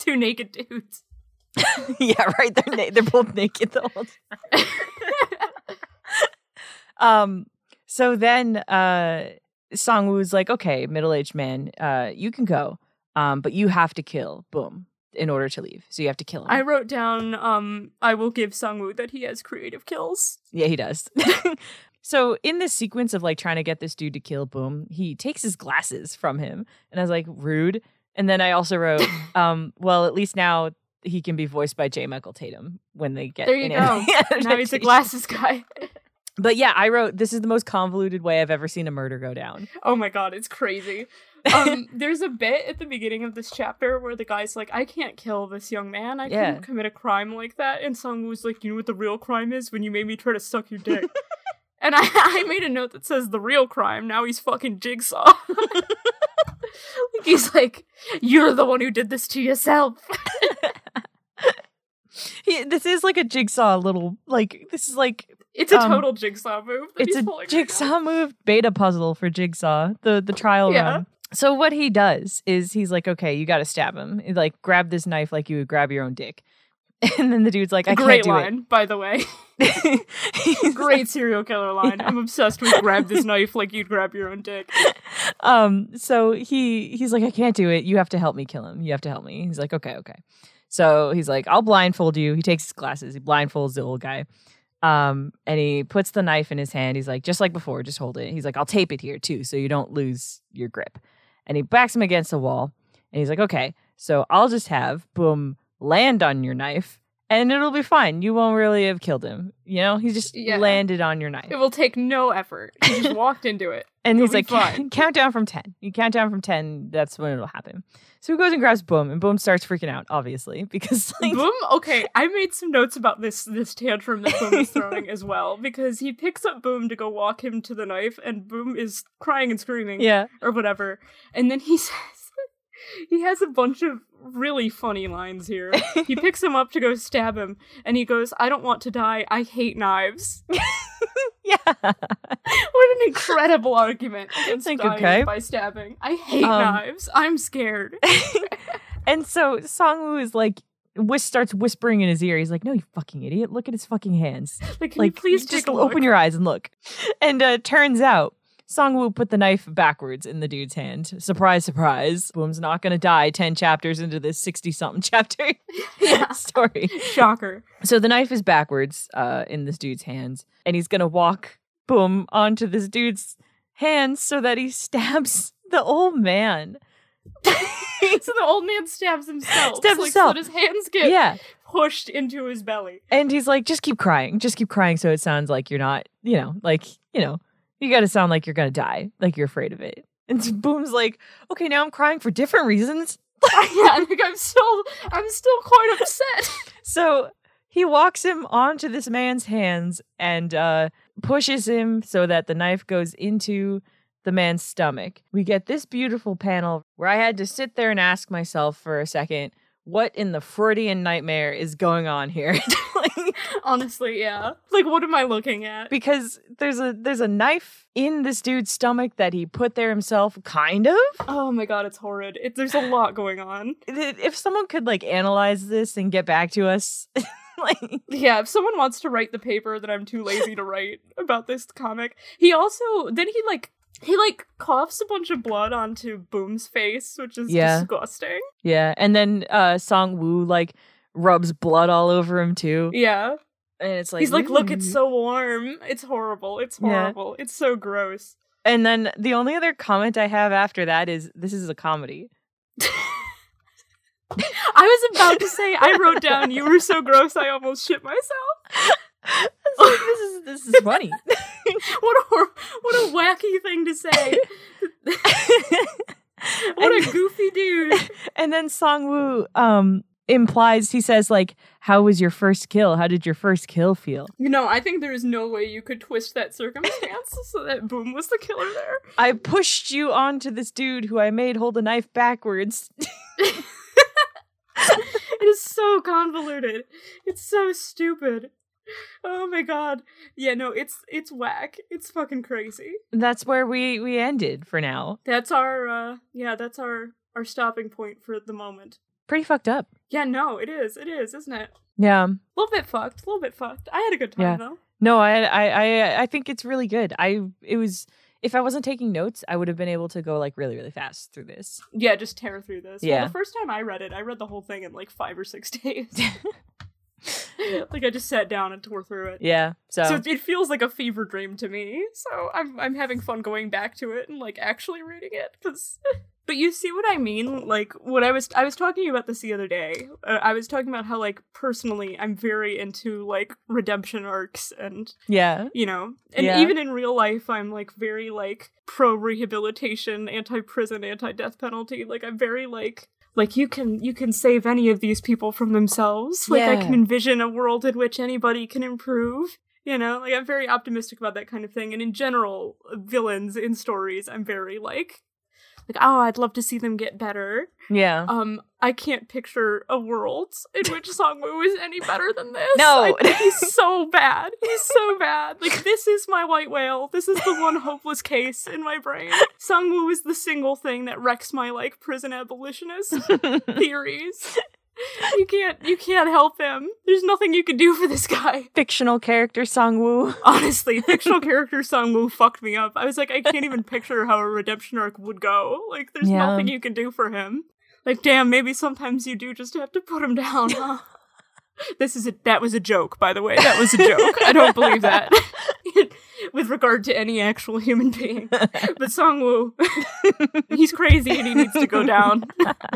Speaker 2: Two naked dudes.
Speaker 3: yeah, right. They're na- they're both naked the whole Um, so then uh Song Woo's like, okay, middle aged man, uh, you can go. Um, but you have to kill Boom in order to leave. So you have to kill him.
Speaker 2: I wrote down um I will give Sungwoo that he has creative kills.
Speaker 3: yeah, he does. so in this sequence of like trying to get this dude to kill Boom, he takes his glasses from him. And I was like, rude. And then I also wrote, um, well, at least now he can be voiced by J. Michael Tatum when they get
Speaker 2: There you
Speaker 3: an
Speaker 2: go. Now
Speaker 3: anime
Speaker 2: he's a
Speaker 3: adaptation.
Speaker 2: glasses guy.
Speaker 3: But yeah, I wrote this is the most convoluted way I've ever seen a murder go down.
Speaker 2: Oh my god, it's crazy. Um, there's a bit at the beginning of this chapter where the guy's like, I can't kill this young man. I
Speaker 3: Yeah.
Speaker 2: couldn't commit a crime like that. And Sungwoo's like, You know what the real crime is? When you made me try to suck your dick. and I, I made a note that says the real crime. Now he's fucking jigsaw. he's like, You're the one who did this to yourself.
Speaker 3: He, this is like a jigsaw little like this is like
Speaker 2: It's a
Speaker 3: Um,
Speaker 2: total jigsaw move. that
Speaker 3: it's
Speaker 2: he's
Speaker 3: a
Speaker 2: pulling right now.
Speaker 3: jigsaw move beta puzzle for jigsaw the the trial
Speaker 2: Yeah.
Speaker 3: run. So what he does is he's like, okay, you got to stab him. He's like, grab this knife like you would grab your own dick. And then the dude's like, I
Speaker 2: Great
Speaker 3: can't do
Speaker 2: line, by the way.
Speaker 3: it. He's
Speaker 2: Great serial killer line. I'm obsessed with grab this knife like you'd grab your own dick.
Speaker 3: um so he he's like i can't do it you have to help me kill him you have to help me he's like okay okay so he's like i'll blindfold you he takes his glasses he blindfolds the old guy um and he puts the knife in his hand he's like just like before just hold it he's like i'll tape it here too so you don't lose your grip and he backs him against the wall and he's like okay so i'll just have boom land on your knife and it'll be fine you won't really have killed him you know he just
Speaker 2: Yeah.
Speaker 3: landed on your knife
Speaker 2: It will take no effort. He just walked into it.
Speaker 3: And
Speaker 2: You'll
Speaker 3: he's
Speaker 2: be
Speaker 3: like,
Speaker 2: fine.
Speaker 3: count down from 10. You count down from 10, that's when it'll happen. So he goes and grabs Boom, and Boom starts freaking out, obviously, because like,
Speaker 2: Boom. Okay, I made some notes about this this tantrum that Boom is throwing as well because he picks up Boom to go walk him to the knife, and Boom is crying and screaming
Speaker 3: yeah.
Speaker 2: or whatever, and then he says he has a bunch of really funny lines here. He picks him up to go stab him, and he goes, "I don't want to die. I hate knives."
Speaker 3: Yeah.
Speaker 2: What an incredible argument against
Speaker 3: Like,
Speaker 2: dying
Speaker 3: okay.
Speaker 2: by stabbing. I hate
Speaker 3: Um,
Speaker 2: knives. I'm scared.
Speaker 3: and so Songwoo is like, Whis starts whispering in his ear. He's like, "No, you fucking idiot! Look at his fucking hands.
Speaker 2: Like, can
Speaker 3: like,
Speaker 2: you please
Speaker 3: you
Speaker 2: take
Speaker 3: just
Speaker 2: a look?
Speaker 3: open your eyes and look." And uh, turns out, Songwoo put the knife backwards in the dude's hand. Surprise, surprise! Boom's not gonna die ten chapters into this sixty-something chapter story.
Speaker 2: Shocker.
Speaker 3: So the knife is backwards uh, in this dude's hands, and he's gonna walk boom onto this dude's hands so that he stabs the old man.
Speaker 2: so the old man stabs himself.
Speaker 3: Stabs
Speaker 2: like,
Speaker 3: himself.
Speaker 2: So that his hands get
Speaker 3: Yeah,
Speaker 2: pushed into his belly.
Speaker 3: and he's like, just keep crying, just keep crying, so it sounds like you're not, you know, like you know, you got to sound like you're gonna die, like you're afraid of it. And so Boom's like, okay, now I'm crying for different reasons.
Speaker 2: yeah, like I'm still, I'm still quite upset.
Speaker 3: So he walks him onto this man's hands and uh, pushes him so that the knife goes into the man's stomach. We get this beautiful panel where I had to sit there and ask myself for a second, what in the Freudian nightmare is going on here? Like,
Speaker 2: Honestly, yeah. Like, what am I looking at?
Speaker 3: because there's a there's a knife in this dude's stomach that he put there himself, kind of.
Speaker 2: Oh my god, it's horrid. It, there's a lot going on.
Speaker 3: If if someone could like analyze this and get back to us, like
Speaker 2: Yeah, if someone wants to write the paper that I'm too lazy to write about this comic, he also then he like he like coughs a bunch of blood onto Boom's face, which is
Speaker 3: Yeah.
Speaker 2: disgusting.
Speaker 3: Yeah, and then uh Song Woo like rubs blood all over him too,
Speaker 2: Yeah,
Speaker 3: and it's like
Speaker 2: he's like, "Look, it's
Speaker 3: "Ooh."
Speaker 2: so warm. It's horrible. It's
Speaker 3: Yeah.
Speaker 2: horrible. It's so gross."
Speaker 3: And then the only other comment I have after that is this is a comedy.
Speaker 2: I was about to say I wrote down you were so gross I almost shit myself.
Speaker 3: It's like, this is this is funny.
Speaker 2: What a hor- what a wacky thing to say. What a goofy dude.
Speaker 3: and then Song Woo um implies he says like, "How was your first kill? How did your first kill feel?"
Speaker 2: You know, I think there is no way you could twist that circumstance so that Boom was the killer there.
Speaker 3: I pushed you onto this dude who I made hold a knife backwards.
Speaker 2: It is so convoluted. It's so stupid. Oh my god. Yeah, no, it's it's whack. It's fucking crazy.
Speaker 3: That's where we we ended for now.
Speaker 2: That's our uh yeah, that's our our stopping point for the moment.
Speaker 3: Pretty fucked up.
Speaker 2: Yeah, no, it is. It is, isn't it?
Speaker 3: Yeah.
Speaker 2: A little bit fucked. A little bit fucked. I had a good time
Speaker 3: Yeah.
Speaker 2: though.
Speaker 3: No, I, I, I, I think it's really good. I, it was. If I wasn't taking notes, I would have been able to go like really, really fast through this.
Speaker 2: Yeah, just tear through this. Well,
Speaker 3: Yeah.
Speaker 2: the first time I read it, I read the whole thing in like five or six days. like I just sat down and tore through it.
Speaker 3: Yeah. So,
Speaker 2: So it feels like a fever dream to me. So I'm I'm having fun going back to it and like actually reading it because. But you see what I mean? Like what I was I was talking about this the other day. Uh, I was talking about how like personally I'm very into like redemption arcs and
Speaker 3: yeah.
Speaker 2: you know and
Speaker 3: Yeah.
Speaker 2: even in real life i'm like very like pro rehabilitation anti prison anti death penalty like i'm very like like you can you can save any of these people from themselves like i
Speaker 3: Yeah.
Speaker 2: can envision a world in which anybody can improve you know like i'm very optimistic about that kind of thing and in general villains in stories i'm very like like oh i'd love to see them get better
Speaker 3: Yeah.
Speaker 2: um, I can't picture a world in which Song Woo is any better than this.
Speaker 3: No.
Speaker 2: I think he's so bad. He's so bad. Like this is my white whale. This is the one hopeless case in my brain. Song Woo is the single thing that wrecks my like prison abolitionist theories. You can't you can't help him. There's nothing you can do for this guy.
Speaker 3: Fictional character Song Woo.
Speaker 2: Honestly, fictional character Song Woo fucked me up. I was like, I can't even picture how a redemption arc would go. Like, there's
Speaker 3: Yeah.
Speaker 2: nothing you can do for him. Like, damn, maybe sometimes you do just have to put him down, huh? this is a that was a joke, by the way. That was a joke. I don't believe that. With regard to any actual human being. But Song Woo, he's crazy and he needs to go down.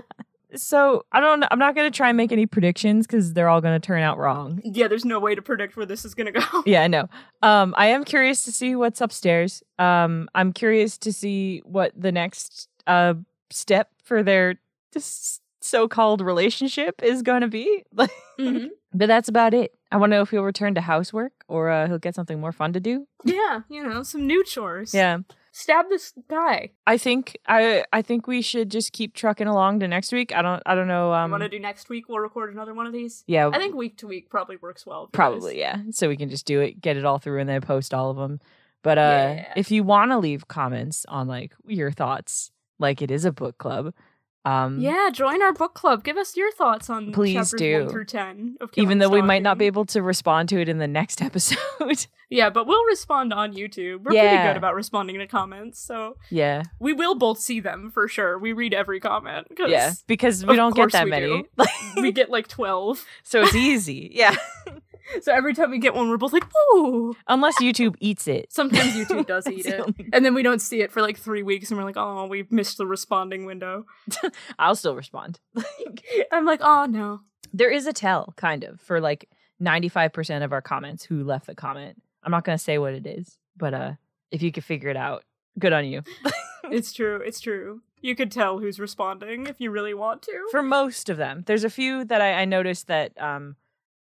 Speaker 3: so I don't. I'm not going to try and make any predictions because they're all going to turn out wrong.
Speaker 2: Yeah, there's no way to predict where this is going to go.
Speaker 3: Yeah, I know. Um, I am curious to see what's upstairs. Um, I'm curious to see what the next uh step for their s- so-called relationship is going to be. Like,
Speaker 2: Mhm.
Speaker 3: but that's about it. I want to know if he'll return to housework or uh, he'll get something more fun to do.
Speaker 2: Yeah, you know, some new chores.
Speaker 3: Yeah.
Speaker 2: Stab this guy.
Speaker 3: I think I I think we should just keep trucking along to next week. I don't I don't know.
Speaker 2: I'm
Speaker 3: Um,
Speaker 2: gonna do next week. We'll record another one of these.
Speaker 3: yeah,
Speaker 2: I think week to week probably works well. because-
Speaker 3: probably yeah. So we can just do it, get it all through, and then post all of them. But uh,
Speaker 2: Yeah.
Speaker 3: if you want to leave comments on like your thoughts, like it is a book club. Um,
Speaker 2: Yeah, join our book club. Give us your thoughts on
Speaker 3: Please
Speaker 2: chapters
Speaker 3: do.
Speaker 2: one through ten of Killing
Speaker 3: Even though we might not be
Speaker 2: Stalking.
Speaker 3: able to respond to it in the next episode.
Speaker 2: Yeah, but we'll respond on YouTube. We're
Speaker 3: Yeah.
Speaker 2: pretty good about responding to comments, so
Speaker 3: yeah.
Speaker 2: we will both see them for sure. We read every comment because
Speaker 3: Yeah. Because we
Speaker 2: of
Speaker 3: don't get
Speaker 2: course
Speaker 3: that
Speaker 2: we
Speaker 3: many.
Speaker 2: do. we get like twelve.
Speaker 3: so it's easy. Yeah.
Speaker 2: So every time we get one, we're both like, "Ooh!"
Speaker 3: Unless YouTube eats it.
Speaker 2: Sometimes YouTube does eat
Speaker 3: That's the
Speaker 2: it,
Speaker 3: only-
Speaker 2: and then we don't see it for like three weeks, and we're like, "Oh, we missed the responding window."
Speaker 3: I'll still respond.
Speaker 2: I'm like, "Oh no."
Speaker 3: there is a tell kind of for like 95% of our comments who left the comment i'm not going to say what it is but uh if you could figure it out good on you
Speaker 2: It's true. It's true. You could tell who's responding if you really want to.
Speaker 3: for most of them there's a few that i, I noticed that um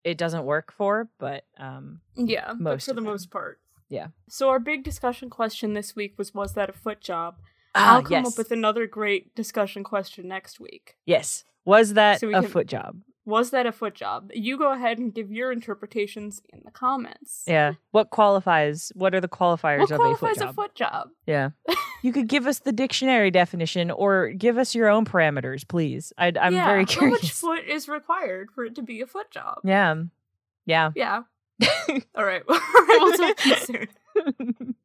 Speaker 3: it doesn't work for but um
Speaker 2: yeah, but
Speaker 3: most
Speaker 2: for
Speaker 3: of
Speaker 2: the
Speaker 3: them.
Speaker 2: most part.
Speaker 3: Yeah.
Speaker 2: So our big discussion question this week was was that a foot job?
Speaker 3: ah,
Speaker 2: I'll come
Speaker 3: yes
Speaker 2: up with another great discussion question next week.
Speaker 3: yes was that
Speaker 2: So we
Speaker 3: a
Speaker 2: can-
Speaker 3: foot job
Speaker 2: Was that a foot job? You go ahead and give your interpretations in the comments.
Speaker 3: yeah what qualifies what are the qualifiers
Speaker 2: What
Speaker 3: of
Speaker 2: qualifies
Speaker 3: a foot job
Speaker 2: a foot job?
Speaker 3: yeah you could give us the dictionary definition or give us your own parameters please I, i'm
Speaker 2: Yeah,
Speaker 3: very
Speaker 2: How much
Speaker 3: curious
Speaker 2: foot is required for it to be a foot job?
Speaker 3: yeah yeah
Speaker 2: Yeah. All right. All right. We'll talk to you soon.